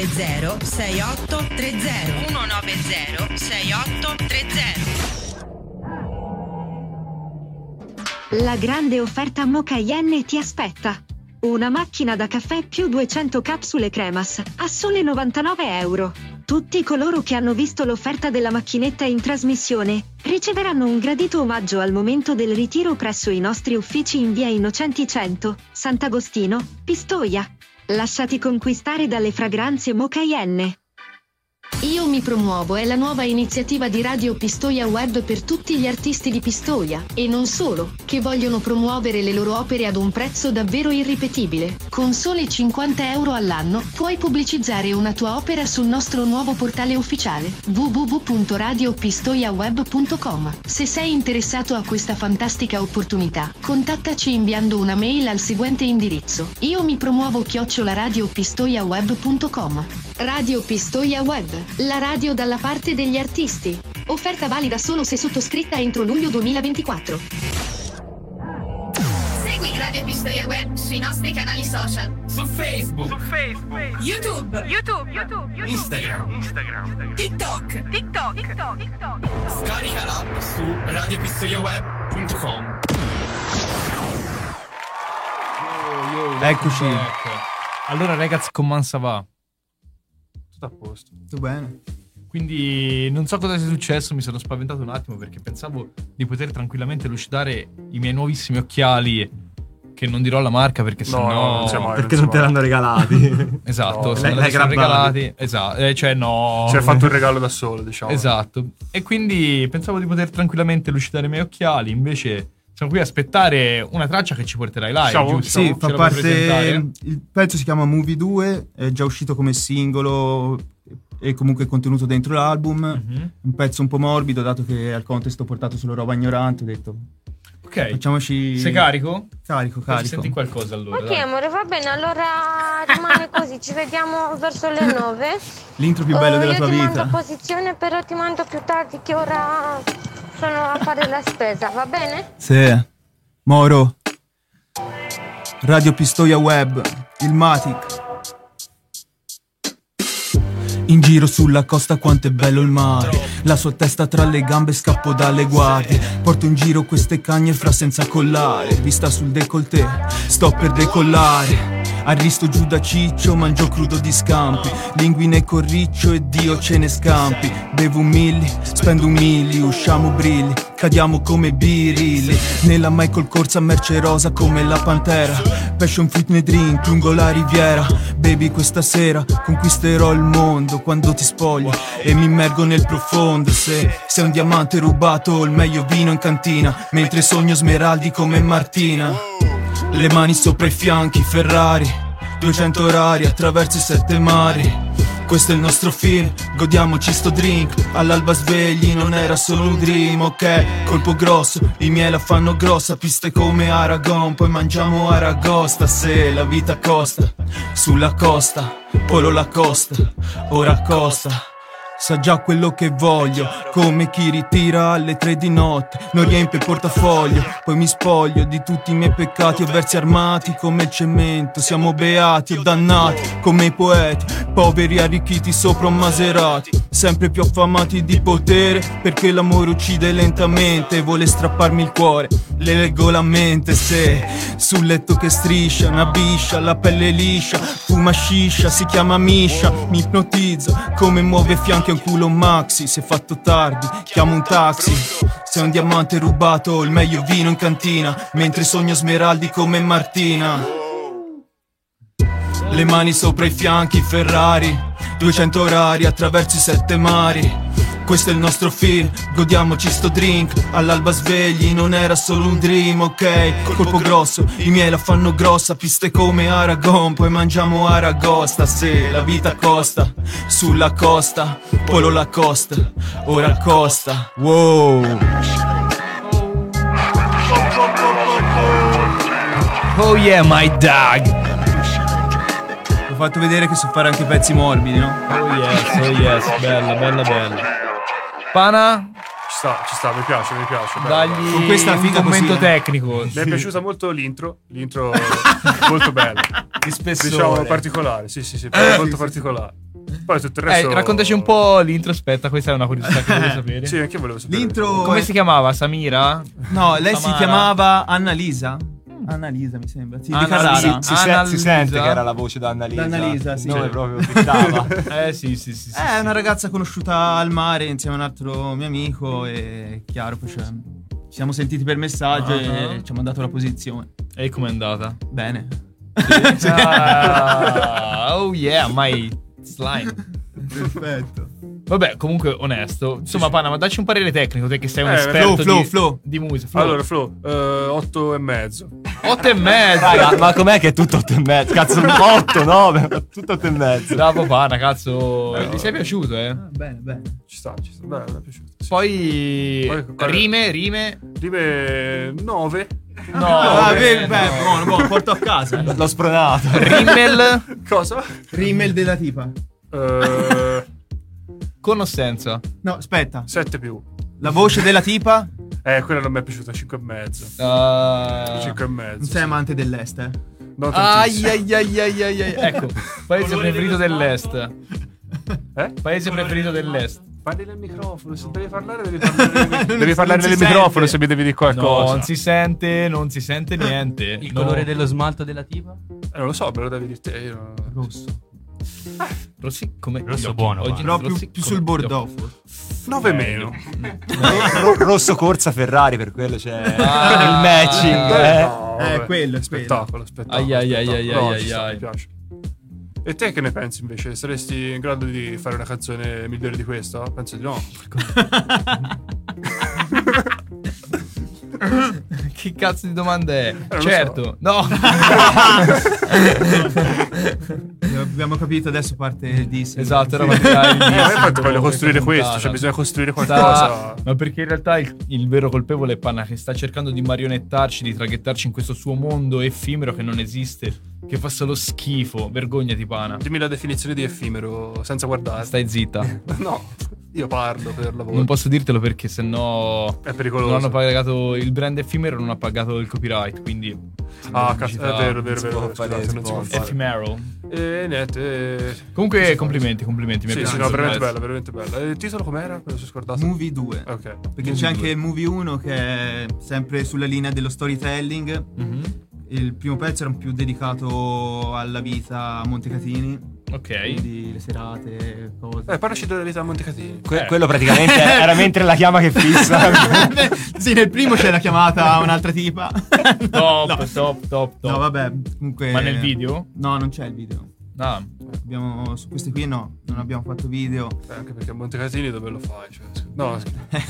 6830. 190 6830. La grande offerta Mocayen ti aspetta. Una macchina da caffè più 200 capsule cremas a sole 99 euro. Tutti coloro che hanno visto l'offerta della macchinetta in trasmissione riceveranno un gradito omaggio al momento del ritiro presso i nostri uffici in via Innocenti 100, Sant'Agostino, Pistoia. Lasciati conquistare dalle fragranze Mocayen. Io mi promuovo è la nuova iniziativa di Radio Pistoia Web per tutti gli artisti di Pistoia, e non solo, che vogliono promuovere le loro opere ad un prezzo davvero irripetibile. Con soli 50 euro all'anno puoi pubblicizzare una tua opera sul nostro nuovo portale ufficiale www.radiopistoiaweb.com. Se sei interessato a questa fantastica opportunità, contattaci inviando una mail al seguente indirizzo. Io mi promuovo chiocciolaradiopistoiaweb.com. Radio Pistoia Web, la radio dalla parte degli artisti. Offerta valida solo se sottoscritta entro luglio 2024. Segui Radio Pistoia Web sui nostri canali social. Su Facebook. Su Facebook. YouTube. YouTube. YouTube. Instagram. Instagram. TikTok. TikTok. TikTok. TikTok. Scarica l'app su radiopistoliaweb.com. Eccoci. Ecco. Allora, ragazzi, come va? Tutto a posto. Tutto bene. Quindi non so cosa sia successo, mi sono spaventato un attimo perché pensavo di poter tranquillamente lucidare i miei nuovissimi occhiali. Che non dirò la marca perché No, sennò. no, non si è mai- Perché non te l'hanno <laughs> regalati? Esatto, L'hai- No. sono andati- l'hai sono grabbati. regalati. Esatto, eh, cioè no. Ci hai fatto un regalo da solo, diciamo. <laughs> Esatto. E quindi pensavo di poter tranquillamente lucidare i miei occhiali, invece siamo qui a aspettare una traccia che ci porterai live, Siamo- giusto? sì, Ce fa la puoi presentare? Il pezzo si chiama Movie 2, è già uscito come singolo e comunque contenuto dentro l'album. Mhm. Un pezzo un po' morbido, dato che al contest ho portato solo roba ignorante, ho detto Ok. facciamoci Sei carico? carico, Carico. carico. Senti qualcosa allora. Ok dai. amore, va bene, allora <laughs> rimane così, ci vediamo verso le 9. L'intro più bello Eh, della io tua ti mando a vita. posizione, però ti mando più tardi che ora sono a fare la spesa, va bene? Sì. Moro. Radio Pistoia Web, il Matic. In giro sulla costa quanto è bello il mare La sua testa tra le gambe scappo dalle guardie Porto in giro queste cagne fra senza collare Vista sul décolleté, sto per decollare Arristo giù da ciccio, mangio crudo di scampi Linguine con riccio e Dio ce ne scampi Bevo un milli, spendo un milli, usciamo brilli Cadiamo come birilli Nella Michael Corsa merce rosa come la pantera Passion fruit ne drink lungo la riviera Baby questa sera conquisterò il mondo Quando ti spoglio e mi immergo nel profondo Se sei un diamante rubato il meglio vino in cantina Mentre sogno smeraldi come Martina Le mani sopra i fianchi Ferrari 200 orari attraverso i sette mari questo è il nostro film, godiamoci sto drink All'alba svegli, non era solo un dream, ok Colpo grosso, i miei la fanno grossa Piste come Aragon, poi mangiamo Aragosta Se la vita costa, sulla costa Polo la costa, ora costa Sa già quello che voglio, come chi ritira alle tre di notte, non riempie il portafoglio, poi mi spoglio di tutti i miei peccati, ho versi armati come il cemento, siamo beati o dannati come i poeti, poveri arricchiti sopra un maserati, sempre più affamati di potere, perché l'amore uccide lentamente, vuole strapparmi il cuore, le leggo la mente se sul letto che striscia, una biscia, la pelle liscia, fuma sciscia, si chiama miscia, mi ipnotizza, come muove i fianchi a un culo maxi, se è fatto tardi, chiamo un taxi, sei un diamante rubato, il meglio vino in cantina, mentre sogno smeraldi come Martina. Le mani sopra i fianchi, Ferrari, 200 orari attraverso i sette mari. Questo è il nostro film, godiamoci sto drink All'alba svegli, non era solo un dream, ok? Colpo grosso, i miei la fanno grossa Piste come Aragon, poi mangiamo Aragosta Se la vita costa, sulla costa Polo la costa, ora costa Wow Oh yeah, my dog! Ho fatto vedere che so fare anche pezzi morbidi, no? Oh yes, oh yes, bella, bella, bella. Pana? Ci sta, ci sta, mi piace, mi piace. bello, Dagli bello. Con questa un figa commento così, eh. tecnico. Mi è Sì. piaciuta molto l'intro, l'intro <laughs> molto bella. Di spessore. Diciamo particolare, sì, sì, sì, Eh, sì, molto sì. particolare. Poi tutto il resto... Eh, raccontaci un po' l'intro, aspetta, questa è una curiosità che volevo sapere. Sì, anche io volevo sapere. L'intro Come è- si chiamava? <laughs> Samira? No, lei si Samara? chiamava Annalisa. Annalisa mi sembra. Sì, Anna- di Casara. si- si se- si sente che era la voce da Annalisa. Annalisa, sì. Il nome proprio <laughs> fittava. eh sì, sì, sì. Eh, è una ragazza conosciuta al mare insieme a un altro mio amico e chiaro, poi cioè, ci siamo sentiti per messaggio Ah. e ci ha mandato la posizione. E com'è andata? Bene. <laughs> Cioè, Ah, oh yeah, my slime. Perfetto. Vabbè, comunque onesto. Insomma, Pana, ma dacci un parere tecnico, te che sei un Eh, esperto Flo, Flo, di, Flo. di musica. Allora, Flo, 8 e mezzo. 8 e mezzo. Raga, ma com'è che è tutto 8 e mezzo? Cazzo, 8, 9, tutto 8 e mezzo. Bravo Pana, cazzo. Ti sei piaciuto, eh? Bene, bene. Ci sta, ci sta. Beh, mi è piaciuto. Poi, qual è? rime, rime. Rime 9. No, vabbè, beh, Ah, no. beh, Ah, buono, buono, porto a casa. L'ho spronato. <laughs> Rimmel? <laughs> Cosa? Eh, Rimmel della tipa. Con o senza? No, aspetta. 7 più. La voce della tipa? Eh, quella non mi è piaciuta, 5 e mezzo. Eh, 5 e mezzo. Non sei amante dell'est, eh? No, Ai, tantissimo. ai, ai, ai, ai, ai. Ecco, paese preferito dell'est. Eh? Paese preferito dell'est. Parli nel microfono, se devi parlare devi <laughs> parlare nel microfono. Non devi parlare si nel sente. microfono se mi devi dire qualcosa. No, non si sente, non si sente niente. Il No. colore dello smalto della tipa? Eh, non lo so, me lo devi dire te. Io... Rosso. Rossi come Rosso gli occhi. buono, Oggi guarda. Rossi Però più- più come sul gli bordeaux, occhi. Nove Eh, meno. Ro- rosso Corsa Ferrari, per quello c'è Ah. il matching. Eh, Eh, vabbè. quello, spettacolo, spettacolo. Ai, ai, ai, spettacolo. ai, No, ai, ci sta, ai. Mi piace. E te che ne pensi invece? Saresti in grado di fare una canzone migliore di questa? Penso di no. che cazzo di domanda è? Eh, lo certo, so. no. <laughs> Abbiamo capito, adesso parte il dissing. Esatto, era Sì. <laughs> partita No, il disco, Eh, infatti voglio come costruire puntata. questo, cioè bisogna costruire Sta- <laughs> qualcosa. Ma perché in realtà il, il vero colpevole è Panna che sta cercando di marionettarci, di traghettarci in questo suo mondo effimero che non esiste, che fa solo schifo. Vergognati, Pana. Dimmi la definizione di effimero senza guardare. Stai zitta. No, io parlo per lavoro. Non posso dirtelo perché sennò È pericoloso. non hanno pagato il brand effimero non ha pagato il copyright, quindi Ah, cazzo, è vero, è Non vero, si è può vero. fare, scusate, si non si può può fare. fare. Effimero. E niente. eh, Comunque complimenti, complimenti, mi è Sì, sì, piaciuto. no, veramente Nice. bella, veramente bella. E Il titolo com'era? Me lo sono scordato. Movie 2. Ok. Perché c'è anche il movie 1 che è sempre sulla linea dello storytelling. Mhm. Il primo pezzo era un più dedicato alla vita a Montecatini. Ok. Quindi le serate, cose. Eh, <laughs> parlaci della vita a Montecatini. Que- quello praticamente era mentre la chiama che <laughs> fissa. Beh, sì, nel primo c'è la chiamata a un'altra <laughs> tipa. Top, top, top, top. No, vabbè, comunque. Ma nel video? No, non c'è il video. Ah. Abbiamo, su queste qui no, non abbiamo fatto <laughs> video. <laughs> Eh, anche perché a Montecatini dove lo fai? Cioè, scu- no, scu- Ai,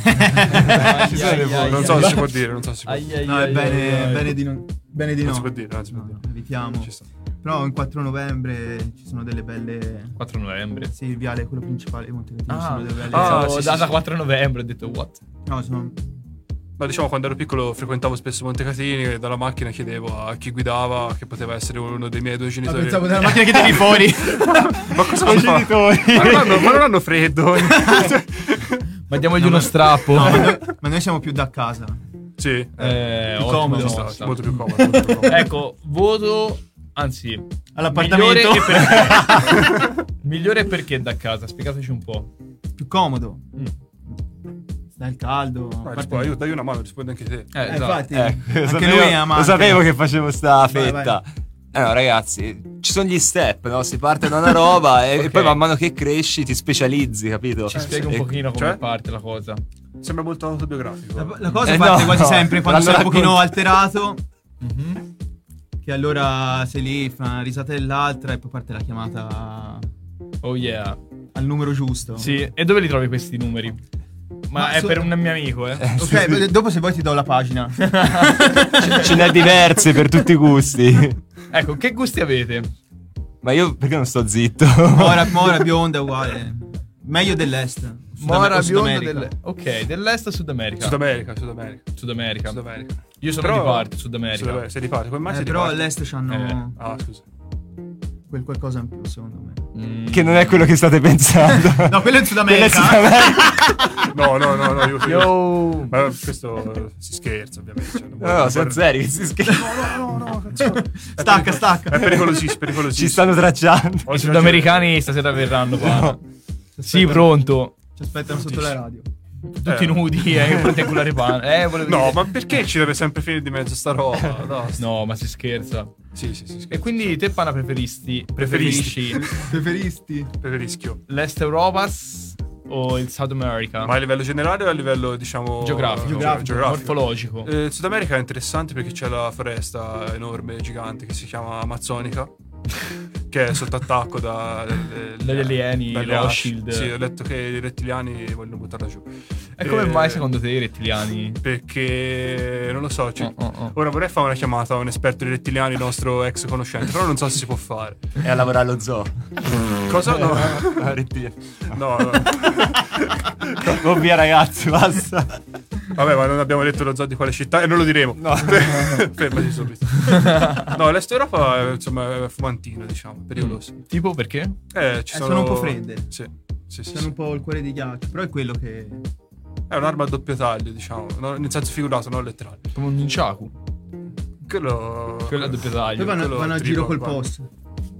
Ci sono le ai, voci. ai, non so ai. se si può dire, non so se si può Ai, dire. ai, No, è ai, ai, bene, ai. bene di no. Bene di Non no. si può dire, non si può dire. Evitiamo. Ci sta. Però il 4 novembre ci sono delle belle. 4 novembre. Sì, il viale, quello principale di Montecatini. ci sono delle belle. ah, sì, sì, data sì. 4 novembre, ho detto what? No, sono. Ah, Ma diciamo quando ero piccolo frequentavo spesso Montecatini e dalla macchina chiedevo a chi guidava, che poteva essere uno dei miei due genitori. Eh, pensavo dalla macchina che tenevi <laughs> fuori. Eh, <laughs> ma cosa fanno? Ma non hanno, ma non hanno freddo? Ma diamogli uno strappo. No, ma, noi, ma noi siamo più da casa. sì, eh, Eh, Più ottima comodo. mossa. ci sta, molto più <laughs> comodo. molto più comodo. ecco, voto anzi All'appartamento. <laughs> Migliore, e <laughs> per- migliore perché da casa? Spiegateci un po'. Più comodo. Mm. Dai il caldo. Dai, a parte- rispondi- dai una mano, rispondi anche te. Eh, Eh, esatto. infatti. Eh, anche sapevo- lui è amante. Lo sapevo che facevo Vai, sta fetta. Eh no, ragazzi, ci sono gli step, no? Si parte da una roba <laughs> e, e Ok. poi man mano che cresci ti specializzi, capito? Ci spiega un E- pochino come cioè? parte la cosa. Sembra molto autobiografico. La, la cosa Eh, parte no, quasi no. sempre quando sei un Allora pochino racconti. alterato. Mhm. Che allora sei lì, fa una risata dell'altra e poi parte la chiamata Oh yeah. al numero giusto. Sì, e dove li trovi questi numeri? Ma, Ma è so- per un mio amico, eh. Ok, beh, dopo se vuoi ti do la pagina. Ce n'è diverse per tutti i gusti. Ecco, che gusti avete? Ma io perché non sto zitto? <laughs> Mora, Mora bionda uguale. Meglio dell'est. Sud- o Mora Sud bionda America. Eh, del... Ok, dell'est o Sud America? Sud America, Sud America. Sud America. Sud America. Io sono Però- di parte, Sud America. Sud America, sei di parte, come mai Eh, sei di però parte? all'est c'hanno- Eh, Ah, scusa. Eh. Quel qualcosa in più, secondo me. Che non è quello che state pensando. No, quello è in Sud Quello è America. Sud <laughs> America. No, no, no, no, io, io- Ma questo eh, si scherza, ovviamente. cioè, non Ah, No, voglio- no, non sono vorrei- zeri, si scherza. Ah, No, no, no, cazzo. <laughs> Stacca, stacca. È pericolosissimo, pericolosissimo. Ci stanno tracciando. I sudamericani stasera verranno qua. Sì, pronto. Ci aspettano sotto la radio. Tutti nudi, eh, <laughs> in particolare pan. Eh, volevo No, dire- ma perché ci deve sempre finire di mezzo sta <laughs> roba? No, No, ma si scherza. Sì, sì, sì. E quindi te, Pana, preferisti? Preferisti. Preferisci Preferisti? Preferischio. l'Est Europa s- o il South America? Ma a livello generale o a livello, diciamo... Geografico. geo- Geografico, morfologico. Eh, il Sud America è interessante perché c'è la foresta enorme, gigante, che si chiama <laughs> Amazzonica. che è sotto attacco da... Dagli Dagli alieni, Rothschild. Sì, ho letto che i rettiliani vogliono buttarla giù. E come Eh, mai secondo te i rettiliani? Perché non lo so. cioè- Oh, oh, oh. Ora vorrei fare una chiamata a un esperto di rettiliani, nostro ex conoscente, però non so se si può fare. <laughs> E a lavorare allo zoo. <laughs> Cosa? <laughs> No. Ah, rettiliani. No, no. Oh via ragazzi, basta. Vabbè, ma non abbiamo detto lo zoo di quale città e non lo diremo. <laughs> No. <laughs> Fermati subito. No, l'Est Europa eh, insomma è fumantino, diciamo, pericoloso. Tipo perché? Eh, ci Mm. Eh, sono... sono un po' fredde. Sì. Sì, sì, C'hanno sì. un po' il cuore di ghiaccio, però è quello che... È un'arma a doppio taglio, diciamo, no, nel senso figurato, non letterale. Come un nunchaku. Quello... Quello a doppio taglio. Poi vanno, quello vanno a triplo, giro col guarda. post.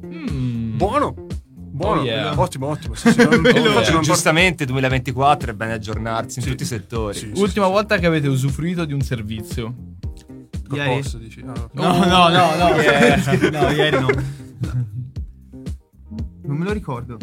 Mm. Buono. Buono. Oh, yeah. Ottimo, ottimo. Sì, <laughs> sì, non- Oh, non faccio- non porto- Giustamente 2024 è bene aggiornarsi in tutti i settori. Ultima volta che avete usufruito di un servizio. col Ieri. posto, dici. Ah, ok. No, no, no, no. Yeah. <laughs> no, ieri no. Non me lo ricordo.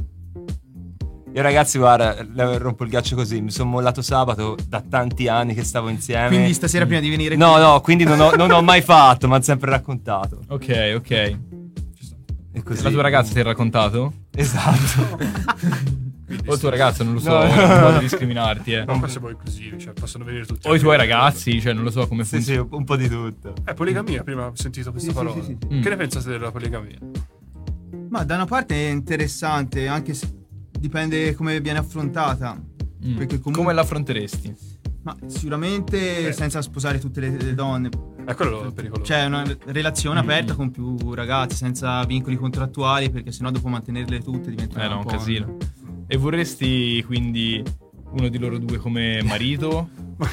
Io ragazzi, guarda, le- rompo il ghiaccio così, mi sono mollato sabato da tanti anni che stavo Eh, insieme. Quindi stasera prima di venire No, qui- no, quindi non ho, non ho mai fatto, ma sempre raccontato. Ok, ok. E così. La tua ragazza ti ha raccontato? <laughs> Esatto. O il tuo ragazzo, non lo so, No. non voglio discriminarti, eh. Non possiamo inclusivi, cioè possono venire tutti. O i tuoi ragazzi, cioè non lo so come Sì, sì, funziona. un po' di tutto. È poligamia, prima ho sentito questa Sì, sì, parola. sì, sì, sì. Che ne Mm. pensate della poligamia? <laughs> Ma da una parte è interessante, anche se dipende come viene affrontata. Mm. Perché comunque... Come l'affronteresti? Ma sicuramente Eh. senza sposare tutte le, le donne. È quello pericoloso. Cioè una Mm. relazione aperta con più ragazzi, senza vincoli contrattuali, perché sennò dopo mantenerle tutte diventa Eh un no, un po'... casino. E vorresti quindi uno di loro due come marito?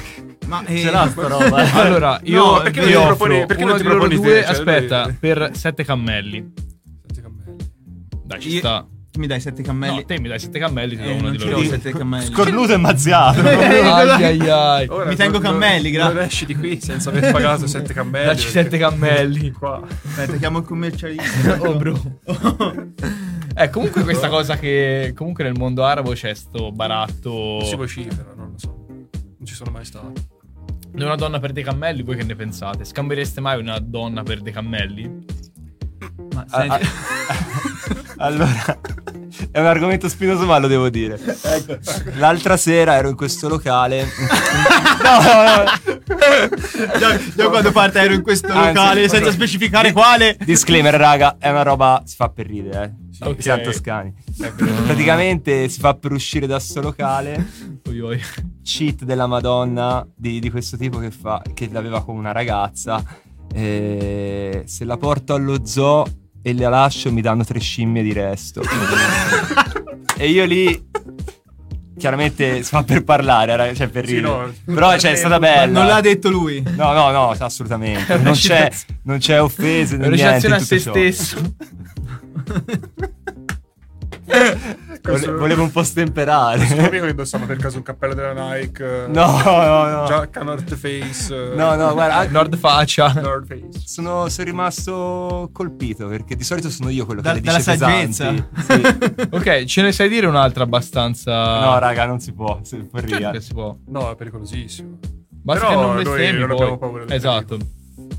<laughs> Ma Ce l'ha <laughs> sta roba, eh. allora, No, io perché vi non ti offro proponi- perché uno non ti di loro proponi te? due, Cioè, aspetta, noi- per sette cammelli. <laughs> Senti che bello. Dai, ci Io- sta. Tu mi dai sette cammelli. No, te mi dai sette cammelli, ti do Eh, uno non di ce loro l'ho <laughs> due. sette cammelli. Cornuto e mazziato. Ai, ai, ai. Ora Mi tengo non- cammelli, non- grazie. Non esci di qui senza aver pagato sette cammelli. Dacci perché- sette <laughs> cammelli. Qua. Aspetta, chiamo il commercialista. <laughs> Oh, <laughs> bro. Eh, comunque questa cosa che comunque nel mondo arabo c'è sto baratto Si vocifera, non lo so. Non ci sono mai stato. di una donna per dei cammelli, voi che ne pensate? Scambiereste mai una donna per dei cammelli? Ma Ah, senti- ah. allora, è un argomento spinoso, ma lo devo dire. Ecco. L'altra sera ero in <laughs> questo locale. no, no, no. Già, già quando parte ero in questo Anzi, locale senza proprio- specificare quale. Disclaimer, raga, è una roba si fa per ridere, eh. Ok. Siamo toscani. È vero. Praticamente si fa per uscire da sto locale. Oi, oi. Cheat della Madonna di, di questo tipo che, fa, che l'aveva con una ragazza. eh, se la porto allo zoo e la lascio, mi danno tre scimmie di resto. e io lì. Chiaramente si fa per parlare, raga, cioè per Sì, ridere. no. Però cioè, è stata bella. Non l'ha detto lui. No, no, no, assolutamente. Non c'è, non c'è offese. Una né niente in recitazione a tutto se ciò. stesso. Vole- volevo un po' Questo mio stemperare. amico che indossava per caso un cappello della Nike. eh, <laughs> No, no, no. Giacca North Face. eh, No, no, guarda, ah, Nord faccia. North Face. sono, sono rimasto colpito perché di solito sono io quello che Da- le dalla dice pesanti. saggezza. <laughs> Sì. Ok, ce ne sai dire un'altra abbastanza No, raga, non si può, se può Certo ridere. che si può. No, è pericolosissimo. Basta Però che non noi bestemmi non poi. abbiamo paura del Esatto.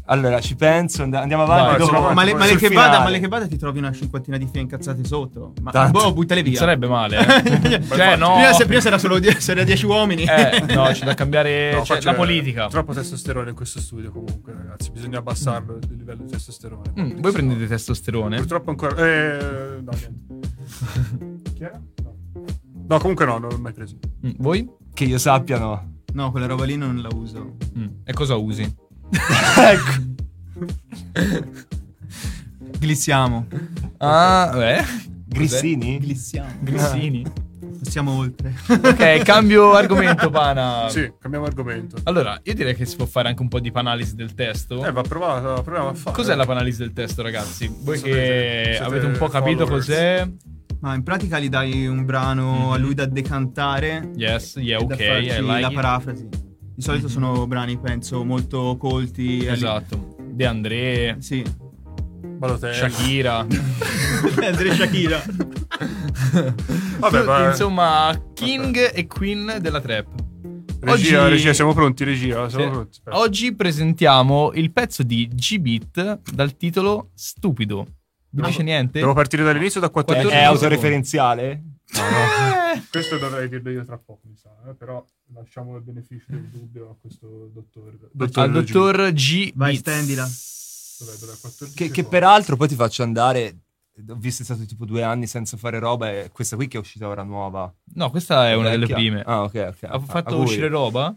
Allora, ci penso, and- andiamo avanti. dopo- ma le, ma le sul che vada, finale. ma le che vada ti trovi una cinquantina di fie incazzate sotto. Ma Tanto. boh, buttale via. <laughs> Sarebbe male, <laughs> eh. cioè, Cioè, no. no. Prima, se- prima c'era solo die- c'era 10 uomini. Eh, <laughs> no, c'è da cambiare No, cioè, faccio- la politica. Troppo testosterone in questo studio, comunque, ragazzi. Bisogna abbassarlo il livello di testosterone. Mm, voi prendete testosterone? Purtroppo ancora. Eh, no, <laughs> niente. Chi era? No. No, comunque no, non l'ho mai preso. Mm, Voi? Che io sappia, no. <laughs> No, quella roba lì non la uso. Mm, E cosa usi? Glissiamo. Ah, beh. Grissini? Glissiamo. Grissini. Siamo oltre. <laughs> Ok, cambio argomento, pana. Sì, cambiamo argomento. Allora, io direi che si può fare anche un po' di panalisi del testo. Eh, va provato, proviamo a fare. Ah. Cos'è la panalisi del testo, ragazzi? Voi Sapete, che siete avete un po' capito followers. cos'è? <laughs> Ma in pratica gli dai un brano a lui da decantare. Yes, yeah, e da ok, farci eh, I like la it. parafrasi. Di solito sono brani, penso, molto colti. Esatto. De André. Sì. <laughs> Balotelli. Shakira. Andrea Shakira. <laughs> Vabbè, va- Cioè, Insomma, King e Queen della trap. Regia, regia, siamo pronti, regia, siamo Sì. pronti. Aspetta. Oggi presentiamo il pezzo di G-Beat dal titolo Stupido. Vi dice niente? Devo partire dall'inizio o da 14 È autoreferenziale? <laughs> Questo dovrei dirlo io tra poco, mi sa, eh, però lasciamo il beneficio del dubbio a questo dottor. Al dottor G. Vai, Beats. stendila. Dov'è, dov'è, 14 Che, che peraltro poi ti faccio andare. Ho visto è stato tipo due anni senza fare roba. E questa qui che è uscita ora nuova. No, Eh, questa è una delle Vecchia? prime. Ah, ok, ok. Ha A- a fatto voi. uscire roba?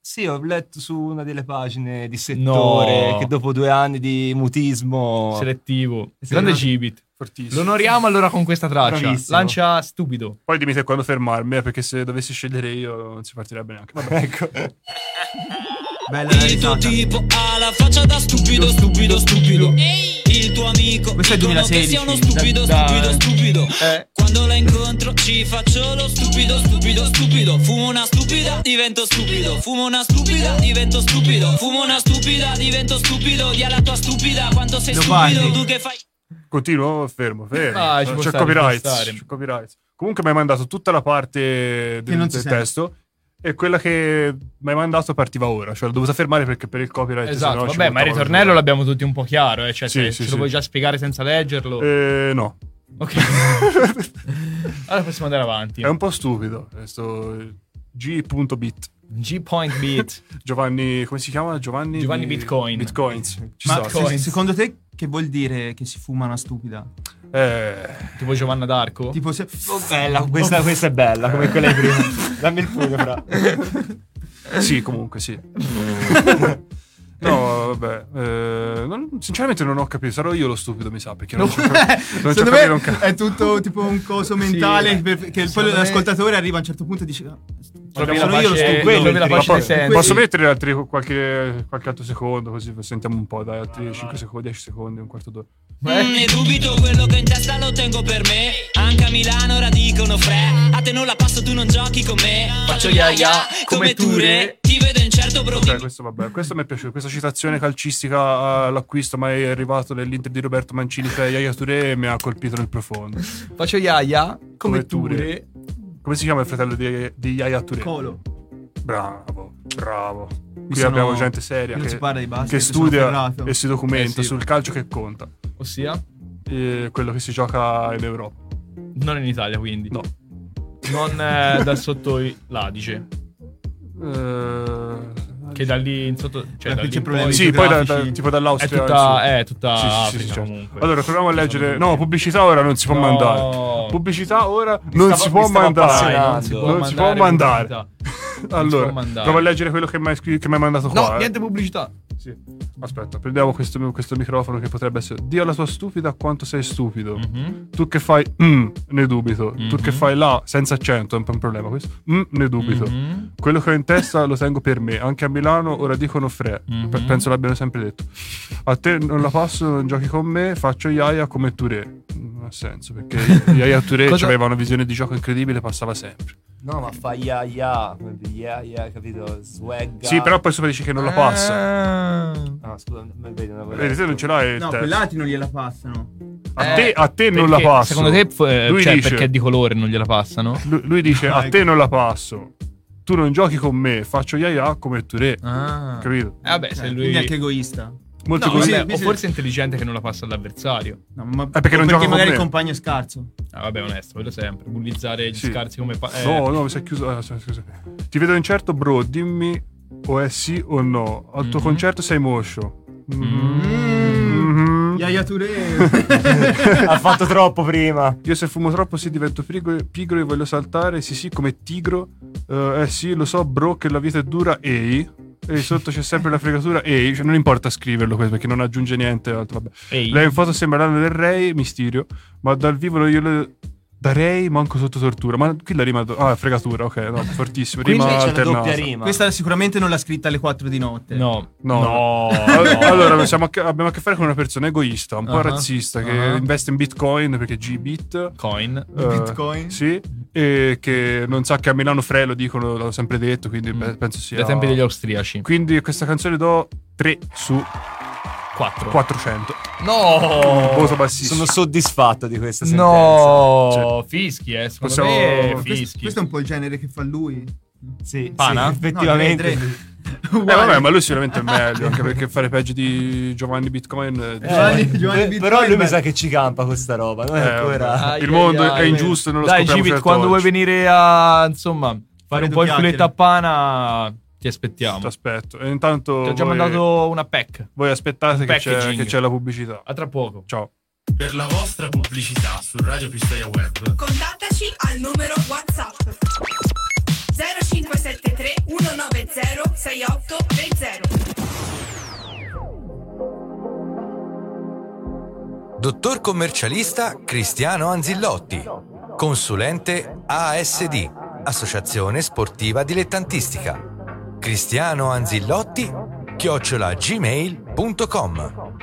Sì, ho letto su una delle pagine di settore No. che dopo due anni di mutismo. Selettivo. Sì, Grande no? G-Beat. Fortissimo. Lo onoriamo allora con questa traccia. Bravissimo. Lancia Stupido. Poi dimmi te quando fermarmi, eh, perché se dovessi scegliere io non si partirebbe neanche. Vabbè. ecco. Bella la Il tuo Eh, risata. tipo ha la faccia da stupido, stupido, stupido. Il tuo amico Questo è dicono 2016, che sia uno stupido, da- stupido, stupido. Eh. Quando la incontro ci faccio lo stupido, stupido, stupido. Fumo una stupida, divento stupido. Fumo una stupida, divento stupido. Fumo una stupida, divento stupido. Di alla tua stupida quanto sei Giovanni. stupido. Tu che fai? Continuo, fermo, fermo. Cioè, Ah, ci c'è può stare, copyright, ci può stare. c'è copyright. Comunque mi hai mandato tutta la parte del, non si del sente. testo e quella che mi hai mandato partiva ora, cioè l'ho dovuta fermare perché per il copyright Esatto. sennò ci Vabbè, ma il buttavano ritornello giù. l'abbiamo tutti un po' chiaro. Eh? Cioè, Sì, se sì, ce sì. lo vuoi già spiegare senza leggerlo. Eh, no. Ok. <laughs> allora possiamo andare avanti. Eh, È un po' stupido questo G.bit. G-Point Beat. Giovanni, come si chiama? Giovanni, Giovanni di- Bitcoin. Bitcoins. Ci Ma sta, se- sì, sì. secondo te che vuol dire che si fuma una stupida? Eh, tipo Giovanna d'Arco. Tipo se... Oh, Bella, questa, questa è bella come quella di prima. Dammi il pugno, fra. sì, <laughs> comunque, sì. No, vabbè, eh, non- sinceramente non ho capito. Sarò io lo stupido, mi sa, perché non, ci ho cap- non ci ho Eh, Secondo capito un cazzo. me eh, è tutto tipo un coso mentale Sì. per- che poi Secondo me- l'ascoltatore arriva a un certo punto e dice "Ah, Trovi sono la io lo pace- stupido. trovi la Quelli- pace Ma dei po- sensi. Posso mettere altri qualche, qualche altro secondo, così sentiamo un po', dai, altri 5 secondi, 10 secondi, un quarto d'ora. Eh? Ne Mm, dubito quello che in testa lo tengo per me Anche a Milano ora dicono fre A te non la passo tu non giochi con me Faccio ya ya come tu re Ti vedo certo incerto bro Ok, Cioè, questo vabbè, questo mi è piaciuto, questa citazione calcistica all'acquisto mai arrivato dell'Inter di Roberto Mancini per Yaya Touré mi ha colpito nel profondo. Faccio Yaya come, Come Ture. Ture. Come si chiama il fratello di, di Yaya Touré? Colo. Bravo, bravo. Qui sono- abbiamo gente qui seria non che, si parla di basket, che io sono studia ferrato. e si documenta Eh sì. sul calcio che conta, Ossia, eh, quello che si gioca in Europa. non in Italia quindi. No. Non eh, da sotto i- l'Adice. Eh, Che da lì in sotto. Beh, Cioè, da qui lì c'è in problemi poi- Sì, poi da- geografici. da- tipo dall'Austria. È tutta- in su. è tutta Africa, comunque. certo. Allora, proviamo a Ci sono leggere. tutti. No, pubblicità ora non si può No. mandare. Pubblicità ora non stavo- si può mi stavo mandare. appassionando. Non si può, non si può mandare. pubblicità. Allora, può mandare. prova a leggere quello che mi hai, scri- che mi hai mandato qua. No, eh. niente pubblicità. Sì. Aspetta, prendiamo questo, questo microfono che potrebbe essere. Dio alla tua stupida quanto sei stupido. Mhm. Tu che fai mm, ne dubito. Tu Mhm. che fai là senza accento, è un po' un problema questo. Mm, ne dubito. Mhm. Quello che ho in testa lo tengo per me. Anche a Milano ora dicono fre. Mhm. Pe- penso l'abbiano sempre detto. A te non la passo, non giochi con me, faccio Yaya come Touré. Non ha senso <laughs> perché Yaya Touré Cosa- aveva una visione di gioco incredibile, passava sempre. No, ma fa ya ya, come di ya ya, capito? Swag. Sì, però poi sopra dici che non la passa. Ah. No, scusa, non vedi, non avevo Vedi, te non ce l'hai il No, testo. quell'altro non gliela passano. A te, Eh, a te non la perché, passo. Secondo te, eh, lui cioè, dice, perché è di colore non gliela passano? lui, lui dice Ah, a te non la passo. Tu non giochi con me, faccio Yaya come Touré. Ah. Capito? Eh, vabbè, se Eh, lui. Quindi è anche egoista. Molto no, così. vabbè, Sì, o sì. forse è intelligente che non la passa all'avversario. No, ma Eh, perché non o gioca perché con magari me. il compagno è <laughs> scarso. Ah, vabbè, onesto, quello sempre. Bullizzare gli Sì. scarsi come. pa- eh. No, no, mi sei chiuso. ah, scusa. Ti vedo in certo, bro. Dimmi o è sì o no. Al tuo concerto sei moscio. Mm. Mm-hmm. Yaya Touré. <laughs> <laughs> <laughs> ha fatto troppo prima. Io se fumo troppo sì divento pigro, pigro e voglio saltare. Sì sì come tigro. Eh, eh sì lo so bro che la vita è dura. Ehi. E sotto c'è sempre la fregatura. Ehi. Cioè, non importa scriverlo questo perché non aggiunge niente. altro, Vabbè. Ehi. Lei in foto sembra l'anno del re, misterio. Ma dal vivo io le darei manco sotto tortura. Ma qui la rima... Ah fregatura ok. No, fortissimo. Rima alternata. Questa sicuramente non l'ha scritta alle 4 di notte. No. No, All- allora siamo a che- abbiamo a che fare con una persona egoista, un po' Ah. razzista, che Ah. investe in bitcoin perché Gbit. Coin. Eh, Bitcoin. Sì, e che non sa che a Milano Fre lo dicono, l'ho sempre detto, quindi beh, penso sia... Dai tempi degli austriaci. Quindi a questa canzone do 3 su 4. 400. No! Un voto bassissimo. Sono soddisfatto di questa sentenza. No, Cioè, fischi, eh. Secondo me, questo, fischi. questo è un po' il genere che fa lui. Sì, Pana? effettivamente. <laughs> Eh, vabbè, ma lui sicuramente è meglio, anche perché fare peggio di Giovanni Bitcoin... eh, Eh, diciamo- eh, però lui mi sa che ci campa questa roba. Non è Eh, ancora. il mondo è ingiusto, non lo Dai, scopriamo Givit, certo quando vuoi oggi. venire a insomma fare un due po' il chiacchiere. culetto a pana, ti aspettiamo. Ti aspetto. E intanto. Ti ho già voi- mandato una pack. Voi aspettate che c'è, Packaging. che c'è la pubblicità. A tra poco. Ciao. Per la vostra pubblicità su Radio Pistoia Web Contattaci al numero WhatsApp 0573 190 6820. Dottor commercialista Cristiano Anzillotti, consulente ASD, Associazione Sportiva Dilettantistica. Cristiano Anzillotti, chiocciola gmail.com.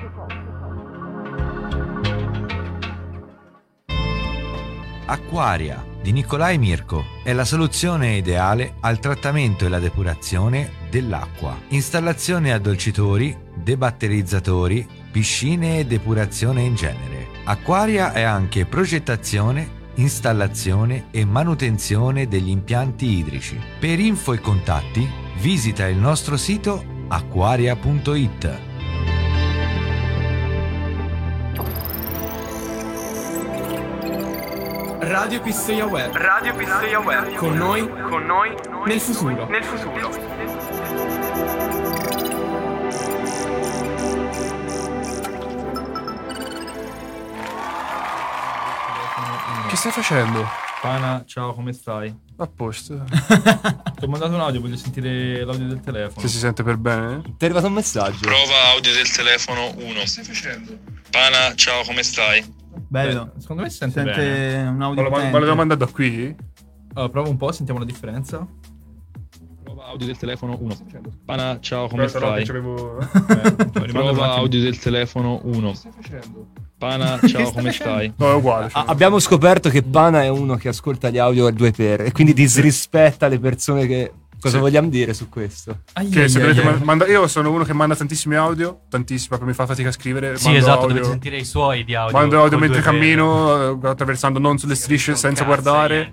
Acquaria di Nicolai Mirko è la soluzione ideale al trattamento e la depurazione dell'acqua. Installazione addolcitori, debatterizzatori, piscine e depurazione in genere. Acquaria è anche progettazione, installazione e manutenzione degli impianti idrici. Per info e contatti visita il nostro sito acquaria.it. Radio Pistoia Web Radio Pistoia Web Con noi Con noi Nel futuro Nel futuro Che stai facendo? Pana, ciao, come stai? A posto. Ti ho mandato un audio, voglio sentire l'audio del telefono. Se si sente per bene. Ti è arrivato un messaggio. Prova audio del telefono 1. Che stai facendo? Pana, ciao, come stai? Bello. Secondo me si sente, Sente bene. un audio Ma lo- ma lo potente. devo mandare da qui? Allora, prova Eh, un po', sentiamo la differenza. Prova audio del telefono 1. Pana, ciao, come stai? <laughs> Prova audio del telefono 1. Che stai facendo? <laughs> Pana, ciao, come stai? No, è Ah, uguale. cioè, A- Ah, abbiamo scoperto che Pana è uno che ascolta gli audio al 2x e quindi disrispetta le persone che. Cosa Sì. vogliamo dire su questo? Che se volete man- manda- io sono uno che manda tantissimi audio, tantissimi, proprio mi fa fatica a scrivere. Sì, mando esatto, audio- dovete sentire i suoi di audio. Mando audio col mentre 2P. cammino, eh, attraversando non sulle strisce, senza guardare.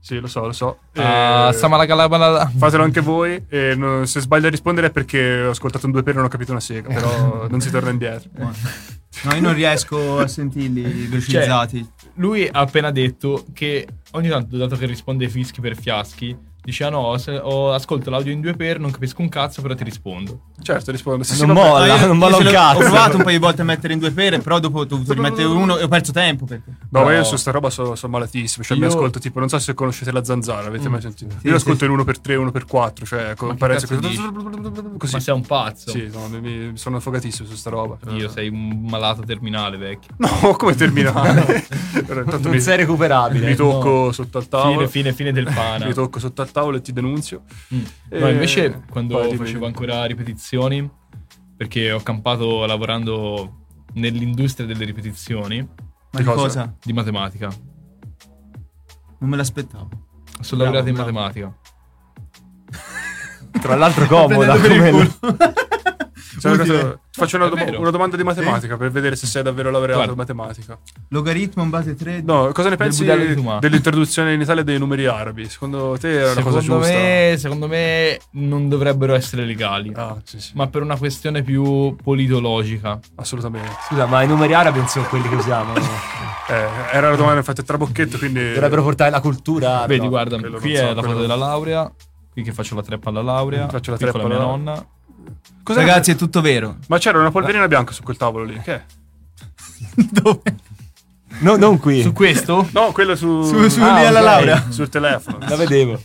sì, lo so, lo so. Ah, Eh, sama la calabala. Fatelo anche voi. E non- se sbaglio a rispondere è perché ho ascoltato un 2 per e non ho capito una sega, <laughs> però non si torna indietro. No, io non riesco a <laughs> sentirli velocizzati. Cioè, lui ha appena detto che ogni tanto, dato che risponde ai fischi per fiaschi, dice: Ah no, se- ho- ascolto l'audio in due per, non capisco un cazzo, però ti rispondo. Certo, rispondo. Non molla, non molla un ce l'ho- cazzo. Ho provato un paio di volte a mettere in due pere, però dopo ho dovuto rimettere uno e ho perso tempo. Perché... No, ma io su sta roba sono malatissimo. Cioè, mi Io- ascolto tipo, non so se conoscete la zanzara, avete Mm. mai sentito? Sì, io sì, ascolto sì. in 1x3, 1x4, cioè con parenze cazzo così. dici? così. Ma sei un pazzo. Sì, no, mi- mi sono affogatissimo su sta roba. Ah. Io sei un malato terminale, vecchio. No, <laughs> come terminale? Allora, intanto Non sei recuperabile. Mi tocco No. sotto al tavolo. Fine, fine, <laughs> fine del pana. mi tocco sotto al tavolo e ti denunzio. No, E- invece quando Poi dimmi. facevo ancora ripetizioni, perché ho campato lavorando nell'industria delle ripetizioni. Ma di cosa? cosa? Di matematica. Non me l'aspettavo. Sono laureato in matematica. Tra l'altro comoda Prendendo per come <laughs> il la- culo. Sai Cioè, una cosa- Utile. ti faccio una, È doma- vero. una domanda di Sì. matematica per vedere se sei davvero laureato Guarda. in matematica. Logaritmo in base 3. No, cosa ne pensi dell'introduzione in Italia dei numeri arabi? Secondo te è una cosa Secondo giusta? me, secondo me non dovrebbero essere legali. Ah, Ma per una questione più politologica. Assolutamente. Eh, Scusa, ma i numeri arabi non sono quelli che usiamo. era la domanda, infatti, è trabocchetto, quindi. <laughs> Dovrebbero portare la cultura. Vedi, no. guarda, Quello qui non so, è la quello foto della non so. laurea. Qui che faccio la treppa alla laurea. Faccio la qui con treppa mia alla- nonna. Cos'è? Ragazzi, è tutto vero. Ma c'era una polverina bianca su quel tavolo lì. Che è? No, non qui. Su questo? No, quello su. Ah, Su- su Ah, lì alla ok, laurea. Sul telefono. La <laughs> vedevo.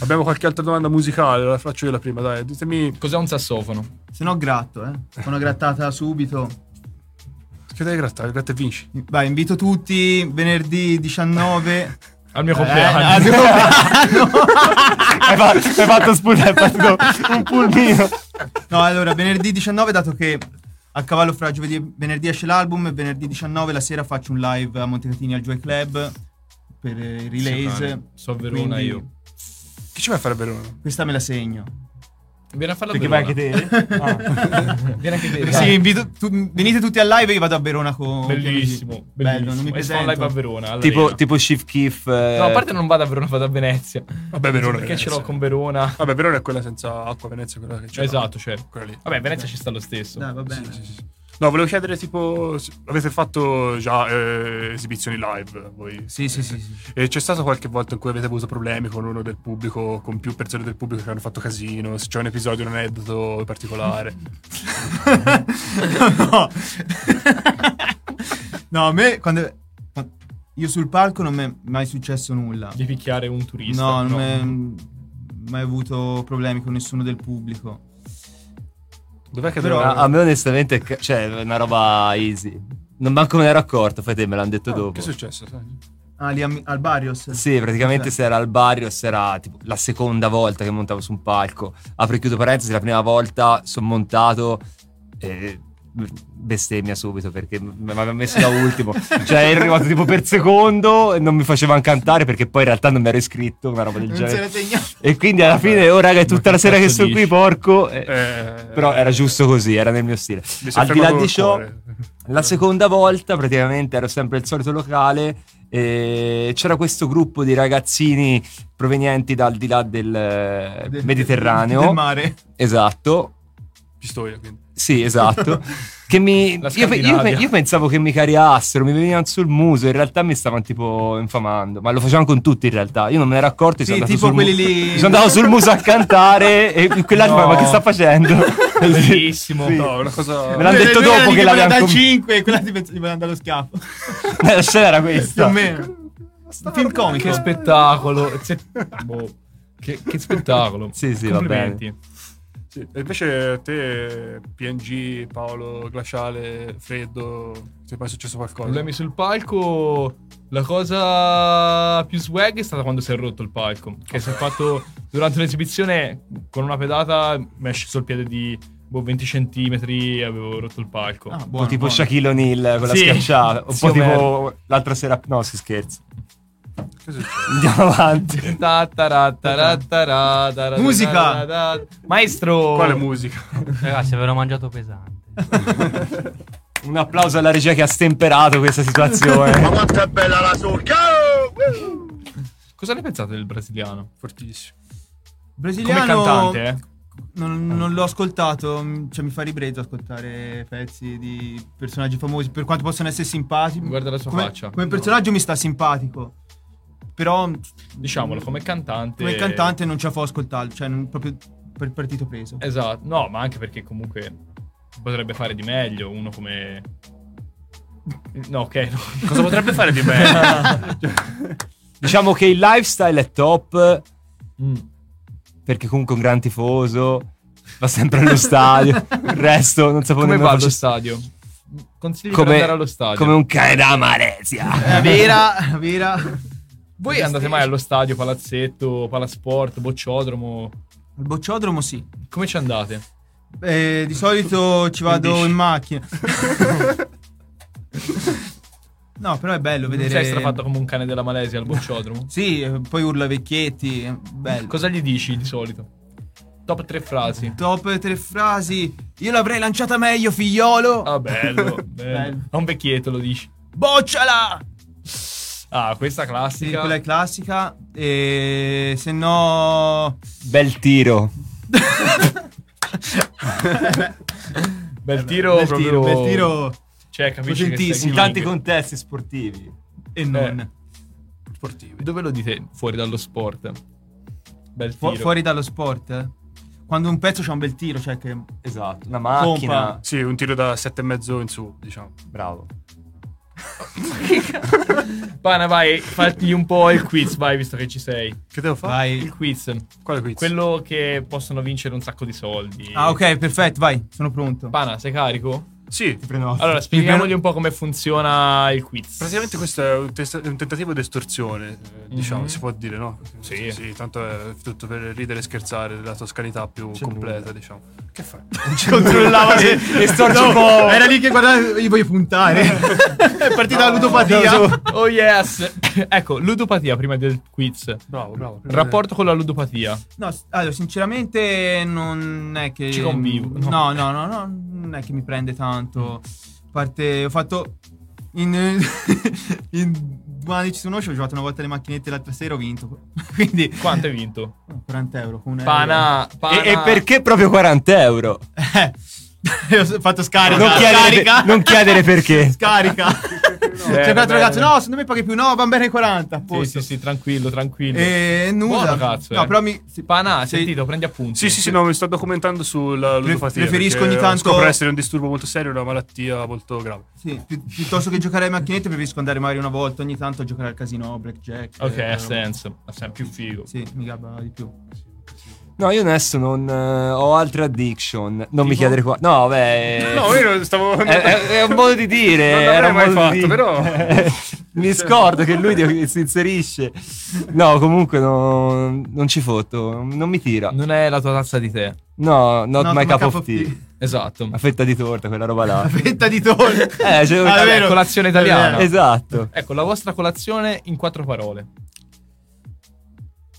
Abbiamo qualche altra domanda musicale, la faccio io la prima, dai. Ditemi. Cos'è un sassofono? Se no gratto, eh. Una grattata subito. Che devi grattare? Gratta e vinci. Vai, invito tutti venerdì <laughs> 19 al Eh, mio compleanno. al <laughs> mio compleanno. Hai fatto, hai fatto sputa- hai fatto un pulmino. <laughs> No, allora, venerdì 19, dato che a cavallo fra giovedì e venerdì esce l'album, e venerdì 19 la sera faccio un live a Montecatini al Joy Club per eh, i Sì, relays. cane. So a Verona Quindi io. Che ci vai a fare a Verona? Questa me la segno. Vieni a farla a Perché Verona. vai <laughs> anche te? Eh? Ah. Vieni anche te, Sì, dai. invito- tu- venite tutti al live e io vado a Verona con... Bellissimo, Bello, bellissimo. non mi E si presento. fa un live a Verona. all'arena. Tipo, tipo Chief Keef. eh, No, a parte non vado a Verona, vado a Venezia. Vabbè, Verona. Perché ce Venezia. l'ho con Verona. Vabbè, Verona è quella senza acqua, Venezia è quella che c'è. Esatto, cioè. Quella lì. Vabbè, Venezia ci sta lo stesso. Dai, va bene. No, volevo chiedere tipo, se- avete fatto già eh, esibizioni live voi? Sì, sì, sì, sì. E c'è stato qualche volta in cui avete avuto problemi con uno del pubblico, con più persone del pubblico che hanno fatto casino? Se c'è un episodio, un aneddoto particolare? no. <laughs> no, a me quando... Io sul palco non mi è mai successo nulla. Di picchiare un turista. No, non ho mai avuto problemi con nessuno del pubblico. <laughs> Dov'è che Però- a, a me onestamente c- cioè, è una roba easy. Non manco me ne ero accorto, fai te me l'hanno detto dopo. Ah, Che è successo? sai? Ah, lì a Mi- al Barrios? Cioè, Sì, praticamente Ok. se era al Barrios era tipo, la seconda volta che montavo su un palco. Apro e chiudo parentesi, la prima volta sono montato e bestemmia subito perché mi aveva messo <laughs> da ultimo. cioè ero arrivato tipo per secondo e non mi facevano cantare perché poi in realtà non mi ero iscritto, una roba del Non se genere. ne segnato. E quindi alla fine, oh raga, è tutta la sera che cazzo sono dici? qui, porco. Eh, Eh, però era giusto così, era nel mio stile. Mi si è Al di là fermato di il ciò, cuore. la seconda volta praticamente ero sempre il solito locale. E c'era questo gruppo di ragazzini provenienti dal di là del eh, Del- Mediterraneo. del mare. Esatto. Pistoia, quindi. Sì, <laughs> esatto. che mi, La io, pe- io pe- Scandinavia. io pensavo che mi cariassero, mi venivano sul muso, in realtà mi stavano tipo infamando, ma lo facevano con tutti in realtà. Io non me ne ero accorto, Sì, sono andato tipo sul mu- quelli lì- mi sono andato sul muso a <laughs> cantare e quell'altro No. ma che sta facendo? Bellissimo. Sì. No, una cosa... Me l'hanno detto Lui era dopo lì voleva che l'avevano dal com- 5 e quella ti pensa- gli voleva andare allo schiaffo. <laughs> la scena era Più o questa. meno. Un film comico. Che spettacolo. <laughs> Se- boh, Che, che spettacolo. Sì, sì, va Complimenti. Sì. E invece te, PNG, Paolo, Glaciale, Freddo, ti è mai successo qualcosa? Problemi sul palco. La cosa più swag è stata quando si è rotto il palco. Che si è fatto durante un'esibizione con una pedata. Mi è sceso il piede di boh, 20 centimetri e avevo rotto il palco. Ah, Un po' tipo Shaquille O'Neal con la Sì. schiacciata, un Zio po' tipo Merda. l'altra sera. No, si scherza. Andiamo avanti. Ta ta ta ra ta ra ta ra Musica! ta ra ta- Maestro! Quale musica? Ragazzi, avevano mangiato pesante. Un applauso alla regia che ha stemperato <laughs> questa situazione. quanto è bella <laughs> la surca! Cosa ne pensate del brasiliano? Fortissimo. Brasiliano... Come cantante, eh? Non, non l'ho ascoltato, m, cioè mi fa ribrezzo ascoltare pezzi di personaggi famosi, per quanto possono essere simpatici. Guarda la sua come, faccia. Come No. personaggio mi sta simpatico, però m, Diciamolo, come cantante... come cantante non ce la fa ascoltare, cioè non- proprio per partito preso. Esatto, no, ma anche perché comunque potrebbe fare di meglio uno come... No, ok. no. Cosa potrebbe fare di meglio? diciamo che il lifestyle è top. <laughs> Mm. Perché comunque è un gran tifoso. Va sempre allo stadio. Il resto non sapevo Come nemmeno va allo facesse- stadio? Consigli di Come- andare allo stadio. come un cane da Malesia. Eh, <laughs> vera, vera. Voi andate mai allo stadio, palazzetto, palasport, bocciodromo? Al bocciodromo sì. Come ci andate? Eh, di solito ci vado Quindi- in macchina. no, però è bello Non vedere... sei strafatto come un cane della Malesia al bocciodromo? Sì, eh, poi urla vecchietti, è <laughs> bello. Mm. Cosa gli dici di solito? Top 3 frasi. Top 3 frasi. Io l'avrei lanciata meglio, figliolo. <laughs> Ah, bello. bello. Bello. A un vecchietto lo dici. Bocciala! Ah, questa classica. Sì, quella è classica. E se no. Bel tiro. <laughs> Bel tiro, bel proprio- tiro, bel tiro. Cioè, capisci che sei in tanti king. contesti sportivi. Eh, E non. sportivi. Dove lo dite? Fuori dallo sport. Bel Fu- tiro. fuori dallo sport. eh. Quando un pezzo c'ha un bel tiro, cioè che. Esatto, una macchina. Sì, un tiro da 7,5 in su, diciamo. Bravo. Pana, vai, fatti un po' il quiz, vai, visto che ci sei. Che devo fare? Il quiz. Quale quiz? Quello che possono vincere un sacco di soldi. Ah, ok, perfetto, vai, sono pronto. Pana, sei carico? Sì. Allora, spieghiamogli un po' come funziona il quiz. Praticamente questo è un, test- un tentativo di estorsione, eh, diciamo, Mhm. si può dire, no? Sì. tanto è tutto per ridere e scherzare della toscanità più completa, diciamo. Che fai? Controllava se estorci un po'. Era lì che guardava, io voglio puntare. è <laughs> partita la ludopatia. Oh yes. <coughs> ecco, ludopatia prima del Eh. quiz. Bravo, bravo. Rapporto con la ludopatia. No, s- allora, sinceramente non è che... Ci convivo, No, no, no. no, no, non è che mi prende tanto. A parte, ho fatto... In, <laughs> in una decisione ho giocato una volta le macchinette l'altra sera ho vinto. <laughs> Quindi... Quanto hai vinto? 40 euro. Con un euro. Pana, pana. E, e perché proprio 40 euro? Eh, <laughs> ho fatto scarica. Non chiedere- scarica. non chiedere perché. <laughs> Scarica. Eh, C'è un altro bene. ragazzo, no, secondo me paghi più, no, va bene 40. Sì, Posto. sì, sì, tranquillo, tranquillo. Eh, nulla. Buono, cazzo. No, eh. però mi- Pana, hai sì. sentito, prendi appunti. Sì, sì, sì, no, mi sto documentando sulla ludopatia. preferisco perché ogni tanto- Scopro essere un disturbo molto serio, una malattia molto grave. Sì, pi- piuttosto che giocare alle macchinette preferisco andare magari una volta ogni tanto a giocare al casino, blackjack. Ok, eh, ha senso. Ha senso, più figo. Sì, mi gabba di più. No, io adesso non eh, ho altre addiction. Non mi chiedere qua. No, beh. No, io non stavo- È, è- Eh, è un modo di dire. Non l'avrei era un mai modo di fatto, dire. però- <laughs> mi scordo che lui di- si inserisce. No, comunque no, non ci fotto. Non mi tira. Non è la tua tazza di tè. No, Not not, my my cup, cup of of <laughs> tea. tea. Esatto. La fetta di torta, quella roba là. Fetta di torta. Eh, c'è Ah, è vero. colazione italiana. Esatto. Ecco, la vostra colazione in quattro parole.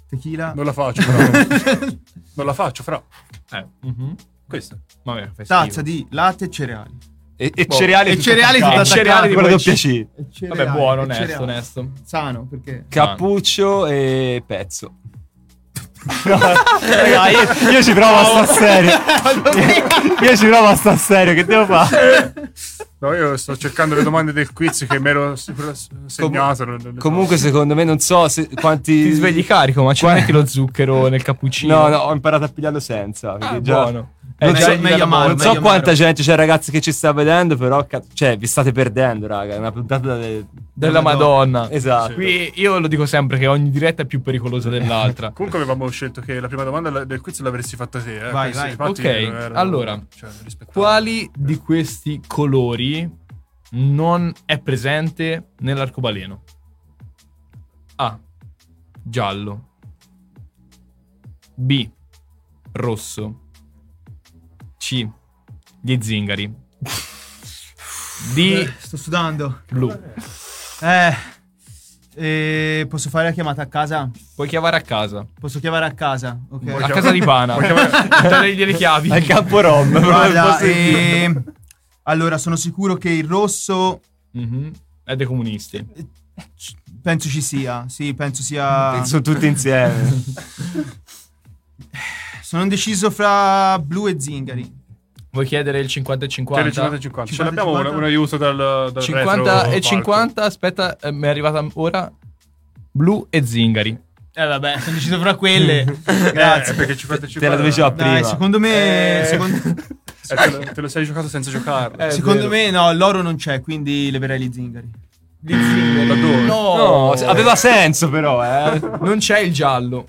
Tequila. Non la faccio, però. non la faccio, fra. Eh. Questo. Vabbè, <laughs> Tazza di latte e cereali. E, e cereali Boh. e tutto cereali attaccato. tutto E cereali attaccato. di quella doppia C. E cereali, Vabbè, buono, e onesto, cereali. onesto. Sano, <laughs> perché... Cappuccio e pezzo. Raga, io, io ci provo <laughs> No. a sta serio. Io, io ci provo a sta serio, che devo fare? No, io sto cercando le domande del quiz che mi ero sicuro- segnato. non- non- Comunque, secondo me, non so se, quanti. Ti svegli carico, ma ci metti lo <laughs> zucchero nel cappuccino. No, no, ho imparato a pigliarlo senza. quindi già- Ah, buono. Eh, Non già so, meglio non amaro, so meglio amaro. quanta gente c'è, ragazzi, che ci sta vedendo, però, ca- cioè, vi state perdendo, raga. È una puntata de- Della Madonna. Esatto. Qui io lo dico sempre che ogni diretta è più pericolosa dell'altra. <laughs> Comunque avevamo scelto che la prima domanda la- del quiz l'avresti fatta te. Eh? Vai, Questi vai. infatti Ok, erano- allora. cioè, rispetto- Quali di questi colori non è presente nell'arcobaleno? A. Giallo. B. Rosso. C. Gli zingari. D. Eh, sto sudando. Blu. Eh, eh, posso fare la chiamata a casa? Puoi chiamare a casa. Posso chiamare a casa? ok? A casa di Pana. Dagli le chiavi. Al <laughs> campo rom. Guarda, Posso- ehm, allora sono sicuro che il rosso eh, Mhm. È dei comunisti. penso ci sia. Sì, penso sia. eh. Sono tutti insieme. Sono indeciso fra blu e zingari. Vuoi chiedere il 50 e 50? Chiedi 50 e 50. Ce 50, l'abbiamo 50? un, un aiuto dal, dal 50 retro e palco. 50, aspetta, eh, mi è arrivata ora. Blu e zingari. Eh vabbè, sono deciso fra <laughs> quelle. Eh, Grazie. perché 50 e 50. Te la dovevi già Dai, prima. secondo me. Eh, secondo... eh, te, lo, te lo sei giocato senza giocarlo. secondo me, no, l'oro non c'è, quindi leverei gli zingari. Eh, Gli zingari. Laddove? No, No, se- aveva senso, però, <laughs> eh. non c'è <laughs> il giallo.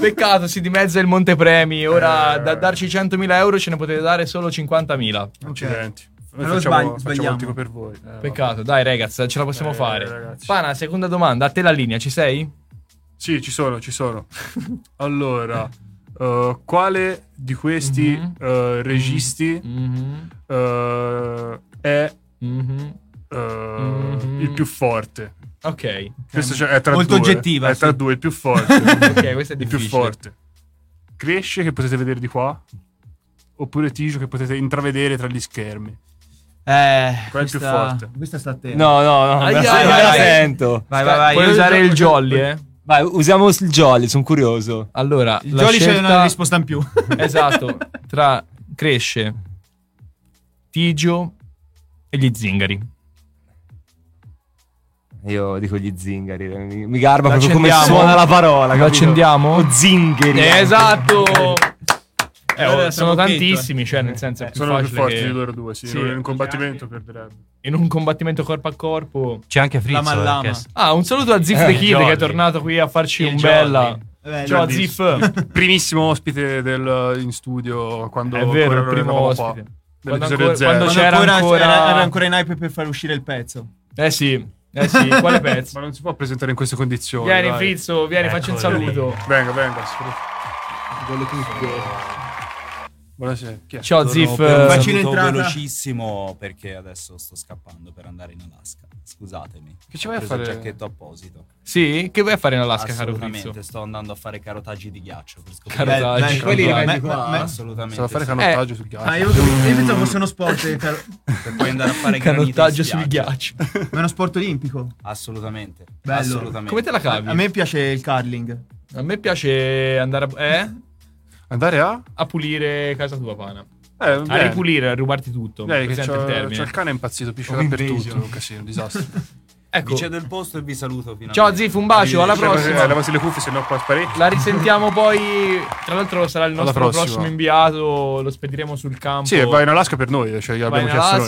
Peccato, si dimezza il montepremi. Ora Eh. da darci 100.000 euro ce ne potete dare solo 50.000. Accidenti. Noi Allora facciamo, sbagli- facciamo sbagliamo. un tipo per voi. Eh, Peccato, dai ragazzi, ce la possiamo Eh, fare. ragazzi. Pana, seconda domanda, a te la linea, ci sei? Sì, ci sono, ci sono. Allora, eh, quale di questi Mhm. eh, registi Mm-hmm, Mhm. eh, è eh, il più forte? Ok. Questo cioè, è tra Molto due. oggettiva, È tra sì. due, il più forte. Ok, questo è Il più difficile. forte. Cresce, che potete vedere di qua. Oppure Tigio, che potete intravedere tra gli schermi. Eh, Quello è il più questa- forte. Questa sta a te. No, no, no, Ai, me la- ai, me la ai. sento. Vai, vai, vai. Io- io- Vai, usiamo il jolly, sono curioso. eh. Allora, il la scelta- in più. <laughs> Esatto, tra Cresce, Tigio e gli zingari. Io dico gli zingari, mi, mi garba Lo proprio come accendiamo? suona la parola. Lo accendiamo? O zingari. Eh, esatto! Eh, oh, Allora, sono siamo tantissimi, vinto, eh. cioè, nel senso, è più Sono più facile forti che- di loro due, sì. In un combattimento perderebbe. in un combattimento corpo a corpo. C'è anche Frizzo, Lama eh, Lama. che è- Ah, un saluto a Ziff Eh, The il Kid che Jolly. è tornato qui a farci Il un bella. Eh, Jolly. Ciao Jolly, Ziff. il Primissimo ospite del, in studio quando È vero, ancora il non primo eravamo ospite. qua. Quando Nell'episodio ancora- zero. quando c'era ancora- Era, era ancora in hype per far uscire il pezzo. Eh sì, eh sì, quale pezzo? Ma non si può presentare in queste condizioni. Vieni, dai. Frizzo, vieni, facci un saluto. Venga, venga. Buonasera. Chi è? Ciao, Ziff. eh, Facile saluto entrata. velocissimo, velocissimo perché adesso sto scappando per andare in Alaska. Scusatemi. Che ci vai a Ho preso fare? il giacchetto apposito. Sì, che vai a fare in Alaska, caro Frizzo? Assolutamente, sto andando a fare carotaggi di ghiaccio. Per scoprire- Carotaggi. Beh, beh, Quelli carotaggi. rimangono Ma- qua. ma- Assolutamente. Sto a fare sì. canottaggio Eh, sul ghiaccio. Ah, io- io pensavo Mm. fosse uno sport, eh, caro- <laughs> per poi andare a fare Canottaggio canottaggio sul ghiaccio. Ma è uno sport olimpico. Assolutamente. Bello. Assolutamente. Come te la cavi? A me piace il curling. A me piace andare a... Eh? Andare a? A pulire casa tua, pana. Eh, a bene. ripulire, a rubarti tutto. Dai, che presente c'ho- il termine. c'ho il cane impazzito, piscia Home dappertutto, invasion. un casino, un disastro. Ecco. Vi cedo il posto e vi saluto. Finalmente. Ciao Ziff, un bacio, alla Cioè, prossima. eh, Levasi le cuffie, se no qua sparecchio. La risentiamo poi. Tra l'altro sarà il Alla nostro prossima. prossimo inviato, lo spediremo sul campo. Sì, vai in Alaska per noi, cioè Va l'abbiamo in chiesto noi.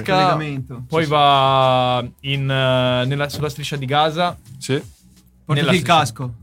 Alaska, poi va in, eh, nella- sulla striscia di Gaza. Sì. Portati il casco.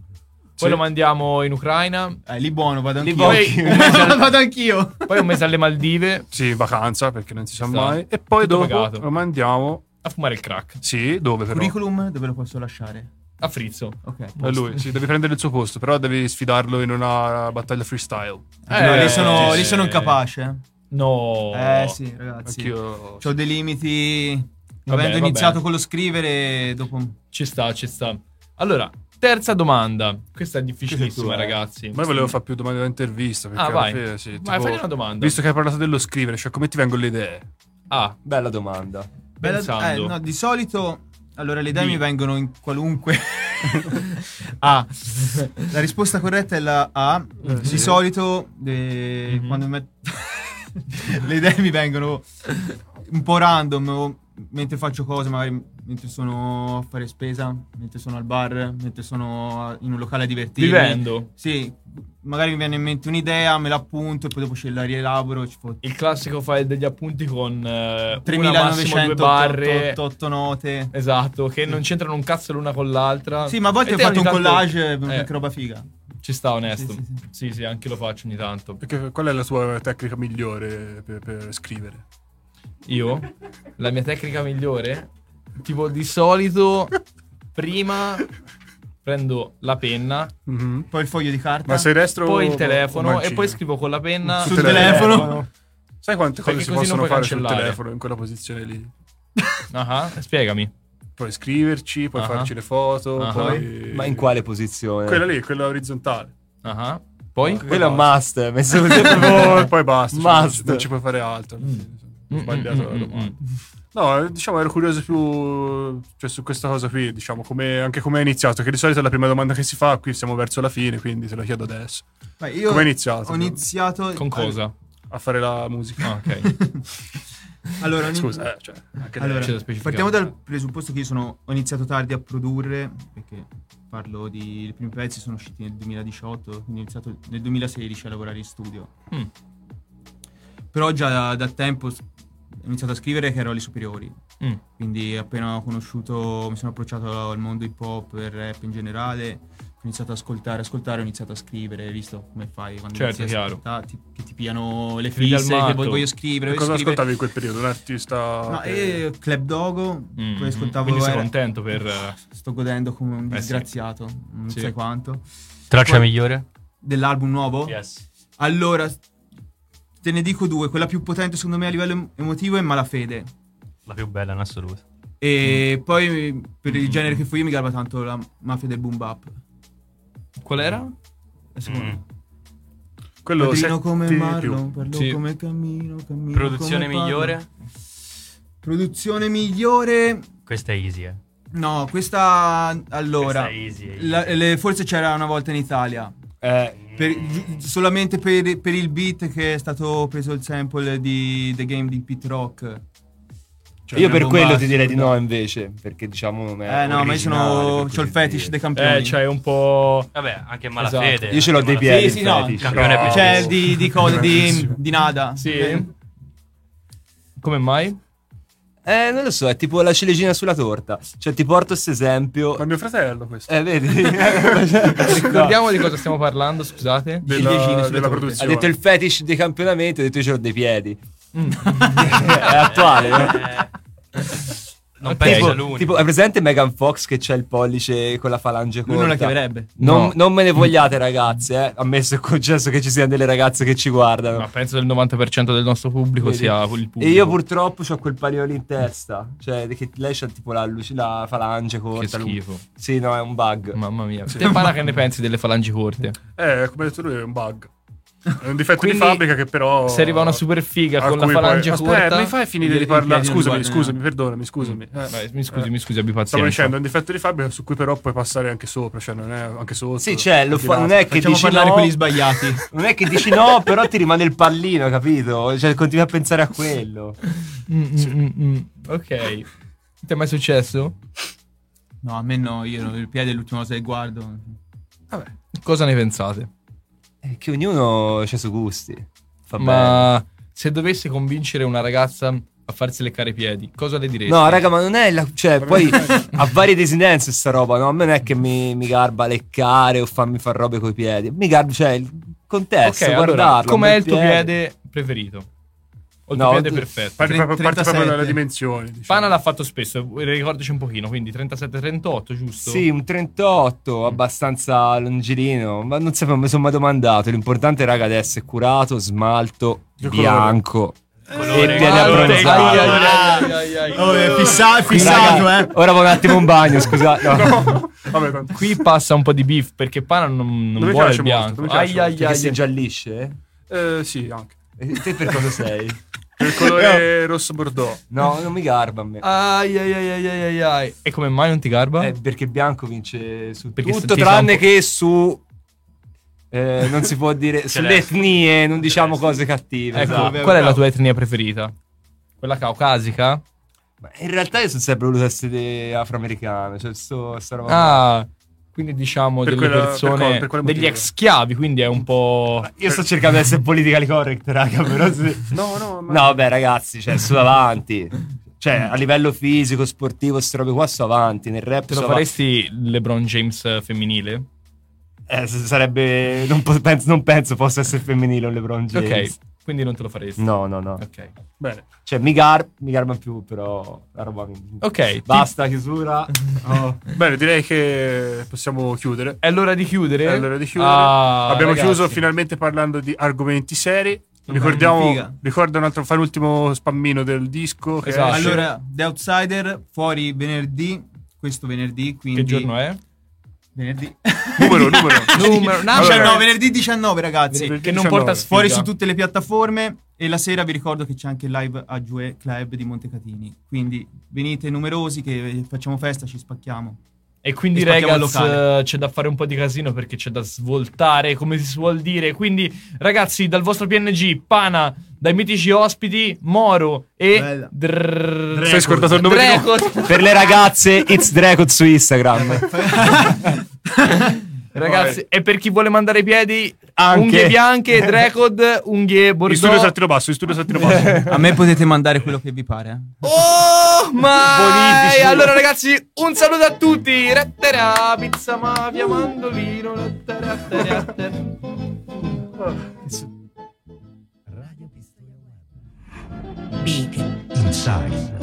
Poi Sì. lo mandiamo in Ucraina. Eh, lì buono, vado Lì anch'io. buono. Un mese <laughs> al- vado anch'io. Poi un mese alle Maldive. Sì, vacanza, perché non si sa Ci sta. mai. E poi Tutto dopo pagato. lo mandiamo... A fumare il crack. Sì, dove però? Curriculum dove lo posso lasciare? A Frizzo. Ok. È lui, sì, devi prendere il suo posto, però devi sfidarlo in una battaglia freestyle. Eh, No, lì sono- lì sono incapace, eh. No. Eh sì, ragazzi. Anch'io- Ho dei limiti. Vabbè, avendo vabbè. iniziato con lo scrivere, dopo... Ci sta, ci sta. Allora, terza domanda. Questa è difficilissima, Questa è tua, eh. ragazzi. Ma io volevo fare più domande da intervista. Perché Ah, alla vai. fine, sì, Vai, tipo, fagli una domanda. Visto che hai parlato dello scrivere, cioè come ti vengono le idee? Ah, bella domanda. Bella- eh, no, di solito... Allora, le idee Di- mi vengono in qualunque... <laughs> ah. <laughs> La risposta corretta è la A. Eh, di sì. solito, eh, Mhm. quando met- <laughs> le idee mi vengono un po' random o mentre faccio cose, magari mentre sono a fare spesa, mentre sono al bar, mentre sono in un locale a divertirmi. Vivendo. Sì, magari mi viene in mente un'idea, me la appunto e poi dopo ce la rielaboro. Ci fo- Il classico file degli appunti con eh, una, massimo 3988 due barre. note. Esatto, che non c'entrano un cazzo l'una con l'altra. Sì, ma a volte E ho te fatto un ogni tanto- collage, è venuta Eh, anche roba figa. Ci sta, onesto. Sì, Sì, sì, anche lo faccio ogni tanto. Perché qual è la tua tecnica migliore per, per scrivere? Io? La mia tecnica migliore? Tipo, di solito, prima prendo la penna. Mm-hmm. Poi il foglio di carta. Ma sei destro Poi il o- o telefono mancino? e poi scrivo con la penna Sul telefono? Sai quante cose si Perché così non possono puoi fare sul cancellare. telefono in quella posizione lì? Ah, spiegami. Puoi scriverci, puoi Ah. farci le foto, Ah. poi... Ma in quale <laughs> posizione? Quella lì, quella orizzontale. Ah, poi? Quello è un must, è messo così <laughs> e poi basta. cioè, Must. non, non ci puoi fare altro. Ho Sbagliato la mm, domanda. No, eh, diciamo, ero curioso più cioè, su questa cosa qui, diciamo, come, anche come è iniziato, che di solito è la prima domanda che si fa, qui siamo verso la fine, quindi te la chiedo adesso. Beh, io come è iniziato? Ho iniziato Con cosa? Ah, A fare la musica. <laughs> Allora, ogni- Scusa, eh, cioè, anche Allora, adesso. partiamo dal presupposto che io sono, ho iniziato tardi a produrre, perché parlo di... I primi pezzi sono usciti nel 2018, quindi ho iniziato nel 2016 a lavorare in studio. Mm. Però già da, da tempo s- ho iniziato a scrivere che ero alle superiori. Mm. Quindi appena ho conosciuto, mi sono approcciato al mondo hip hop e rap in generale, ho iniziato ad ascoltare, ascoltare, ho iniziato a scrivere, hai visto come fai quando Certo, inizi a chiaro. ascoltare, ti- che ti piano le Ti vedi al fisse, che matto. voglio, voglio scrivere, E voglio cosa scrivere. ascoltavi in quel periodo? Un artista... No, che- e Club Dogo, Mm, poi ascoltavo... quindi sei era- contento per- Sto godendo come un Eh sì. disgraziato, non Sì. sai quanto. Traccia Poi- migliore? Dell'album nuovo? Allora, te ne dico due. Quella più potente secondo me a livello em- emotivo è Malafede. La più bella in assoluto. Mm. E poi per il genere che fui io mi garba tanto la mafia del boom bap. Qual era? Mm. Quello Padrino senti come più. Marlon, parlo Sì. come cammino, cammino Produzione come parlo. migliore? Produzione migliore Questa è easy, eh. No, questa allora Questa è easy, easy. la- le- forse c'era una volta in Italia. Eh, Per- Mm. gi- solamente per, per il beat che è stato preso il sample di The Game di Pit Rock. Cioè, io una per bomba quello ti direi di no assurda. invece, perché diciamo non è Eh no, ma io sono. C'ho il fetish dei campioni. Eh, c'hai un po'. Vabbè, anche in malafede. Esatto. Io ce l'ho anche dei in malafede. piedi, Sì, sì, no. fetish. Campione No. per- C'è di, di cose di, Bravissimo. di nada. Eh. Sì. Come mai? Eh, non lo so, è tipo la ciliegina sulla torta. Cioè, ti porto questo esempio. Ma mio fratello questo. Eh, vedi? <laughs> Cioè, Ricordiamo di cosa stiamo parlando, scusate. Ha detto il fetish dei campionamenti, ha detto io ce l'ho dei piedi. Mm. <laughs> è attuale, no? Non penso Tipo, Eh, l'unico. tipo, è presente Megan Fox che c'ha il pollice con la falange Lui corta? non la chiamerebbe. Non, No. non me ne vogliate, ragazze. Eh? Ammesso e concesso che ci siano delle ragazze che ci guardano. Ma penso del 90% del nostro pubblico sia il pubblico. E io purtroppo ho quel parioli in testa. Cioè, che lei c'ha tipo la, luci- la falange corta. Che schifo. lunga. Sì, no, è un bug. Mamma mia. Te parla che ne pensi delle falangi corte? Eh, come ha detto lui, è un bug. È un difetto di fabbrica che però. se arriva una super figa a con la cui poi- falange Aspetta, corta- mi fai finire I di piedi Mm. parlare? non Scusami, guardano. scusami, perdonami, scusami. Eh, Vai, mi scusi, mi scusi, abbi Stavo pazienza. dicendo, è un difetto di fabbrica su cui però puoi passare anche sopra, cioè non è anche sotto. Sì, cioè, lo fa- Tirate. non è che Facciamo dici parlare no, quelli sbagliati. non è che dici no, però ti rimane il pallino, capito? Cioè, continui a pensare a quello. Mm, mm, mm, mm. Ok. Ti è mai successo? No, a me no, io il piede è l'ultima cosa che guardo. Cosa ne pensate? È Eh, che ognuno ha i suoi gusti. Fa Ma se dovessi convincere una ragazza a farsi leccare i piedi, cosa le diresti? bene. No, raga, ma non è la... <laughs> Cioè, poi ha varie desinenze sta roba, no? A me non è che mi, mi garba leccare o farmi fare robe coi piedi. Mi garba, cioè, il contesto, Ok, guardarlo. allora, un com'è bel il tuo piede preferito? O il eh. No, tuo piede d- perfetto? parti proprio- parti proprio dalle dimensioni. diciamo. Pana l'ha fatto spesso, ricordaci un pochino, quindi 37-38, giusto? Mm. Sì, un 38 abbastanza longilino, ma non sapevo, mi sono mai domandato. L'importante, raga, è essere curato, smalto, Che colore? Eh, bianco. Colore, e viene colore, abbronzato. colore, Ah. Oh, è fissa- è Quindi, fissato, raga, eh. Ora vado un attimo in bagno, scusate. <laughs> no. Qui passa un po' di beef perché Pana non, non vuole mi il piace molto, bianco. non mi piace Ai, molto. ai, Perché ai, si ai. ingiallisce? Eh, sì, anche. E te per cosa sei? Il <laughs> colore rosso bordeaux. No, non mi garba a me. Ai, ai, ai, ai, ai, ai, ai. E come mai non ti garba? Eh, perché bianco vince su Perché tutto, ti fa un tranne po'- che su... eh, non si <laughs> può dire... sulle Celeste. etnie non diciamo cose cattive. Ecco, esatto. qual è la tua etnia preferita? Quella caucasica? In realtà io sono sempre voluto essere afroamericano, cioè sto, sta roba. Ah, quindi diciamo Per delle quella- per persone, quale- per quale degli motivo? ex schiavi, quindi è un po'... Io sto cercando di essere politically correct, raga, però se- No, no, ma... No, vabbè, ragazzi, cioè, sto avanti. Cioè, a livello fisico, sportivo, queste robe qua sto avanti. Nel rap Te sto lo avanti. faresti LeBron James femminile? Eh, s- sarebbe... Non, po- penso, non penso possa essere femminile un LeBron James. Ok, quindi non te lo faresti. No, no, no. Ok. Bene. Cioè, mi, gar- mi garba più, però la roba mi... Ok, Basta, <laughs> chiusura. Oh. Bene, direi che possiamo chiudere. Eh, È l'ora di chiudere. È l'ora di chiudere. Ah, Abbiamo ragazzi. chiuso finalmente parlando di argomenti seri. figa. Esatto. Ricordiamo, ricorda un altro, fa l'ultimo spammino del disco. Che esce. Allora, The Outsider fuori venerdì, questo venerdì, quindi... Che giorno è? Venerdì. <laughs> Numero, numero. Numero, no, 19, allora. venerdì 19 ragazzi. Venerdì Che non 19. porta sfiga. Fuori su tutte le piattaforme e la sera vi ricordo che c'è anche il live a Giue Club di Montecatini. Quindi venite numerosi che facciamo festa, ci spacchiamo. <laughs> E quindi, Ci spacchiamo il ragazzi, locale. eh, c'è da fare un po' di casino perché c'è da svoltare, come si suol dire. Quindi, ragazzi, dal vostro PNG, Pana, dai mitici ospiti, Moro e. Drrrr- Sei scordato il nome di nuovo? Draco. per le ragazze, it's Draco su Instagram. Ragazzi, e per chi vuole mandare i piedi, Anche. unghie bianche, Drecod, unghie bordeaux. studio trattino basso, in studio trattino basso. A me potete mandare quello che vi pare. eh. Oh, ma Bonifici. allora ragazzi, un saluto a tutti. Rattara, pizza mafia, mandolino, rattara, rattara, rattara. Big Inside.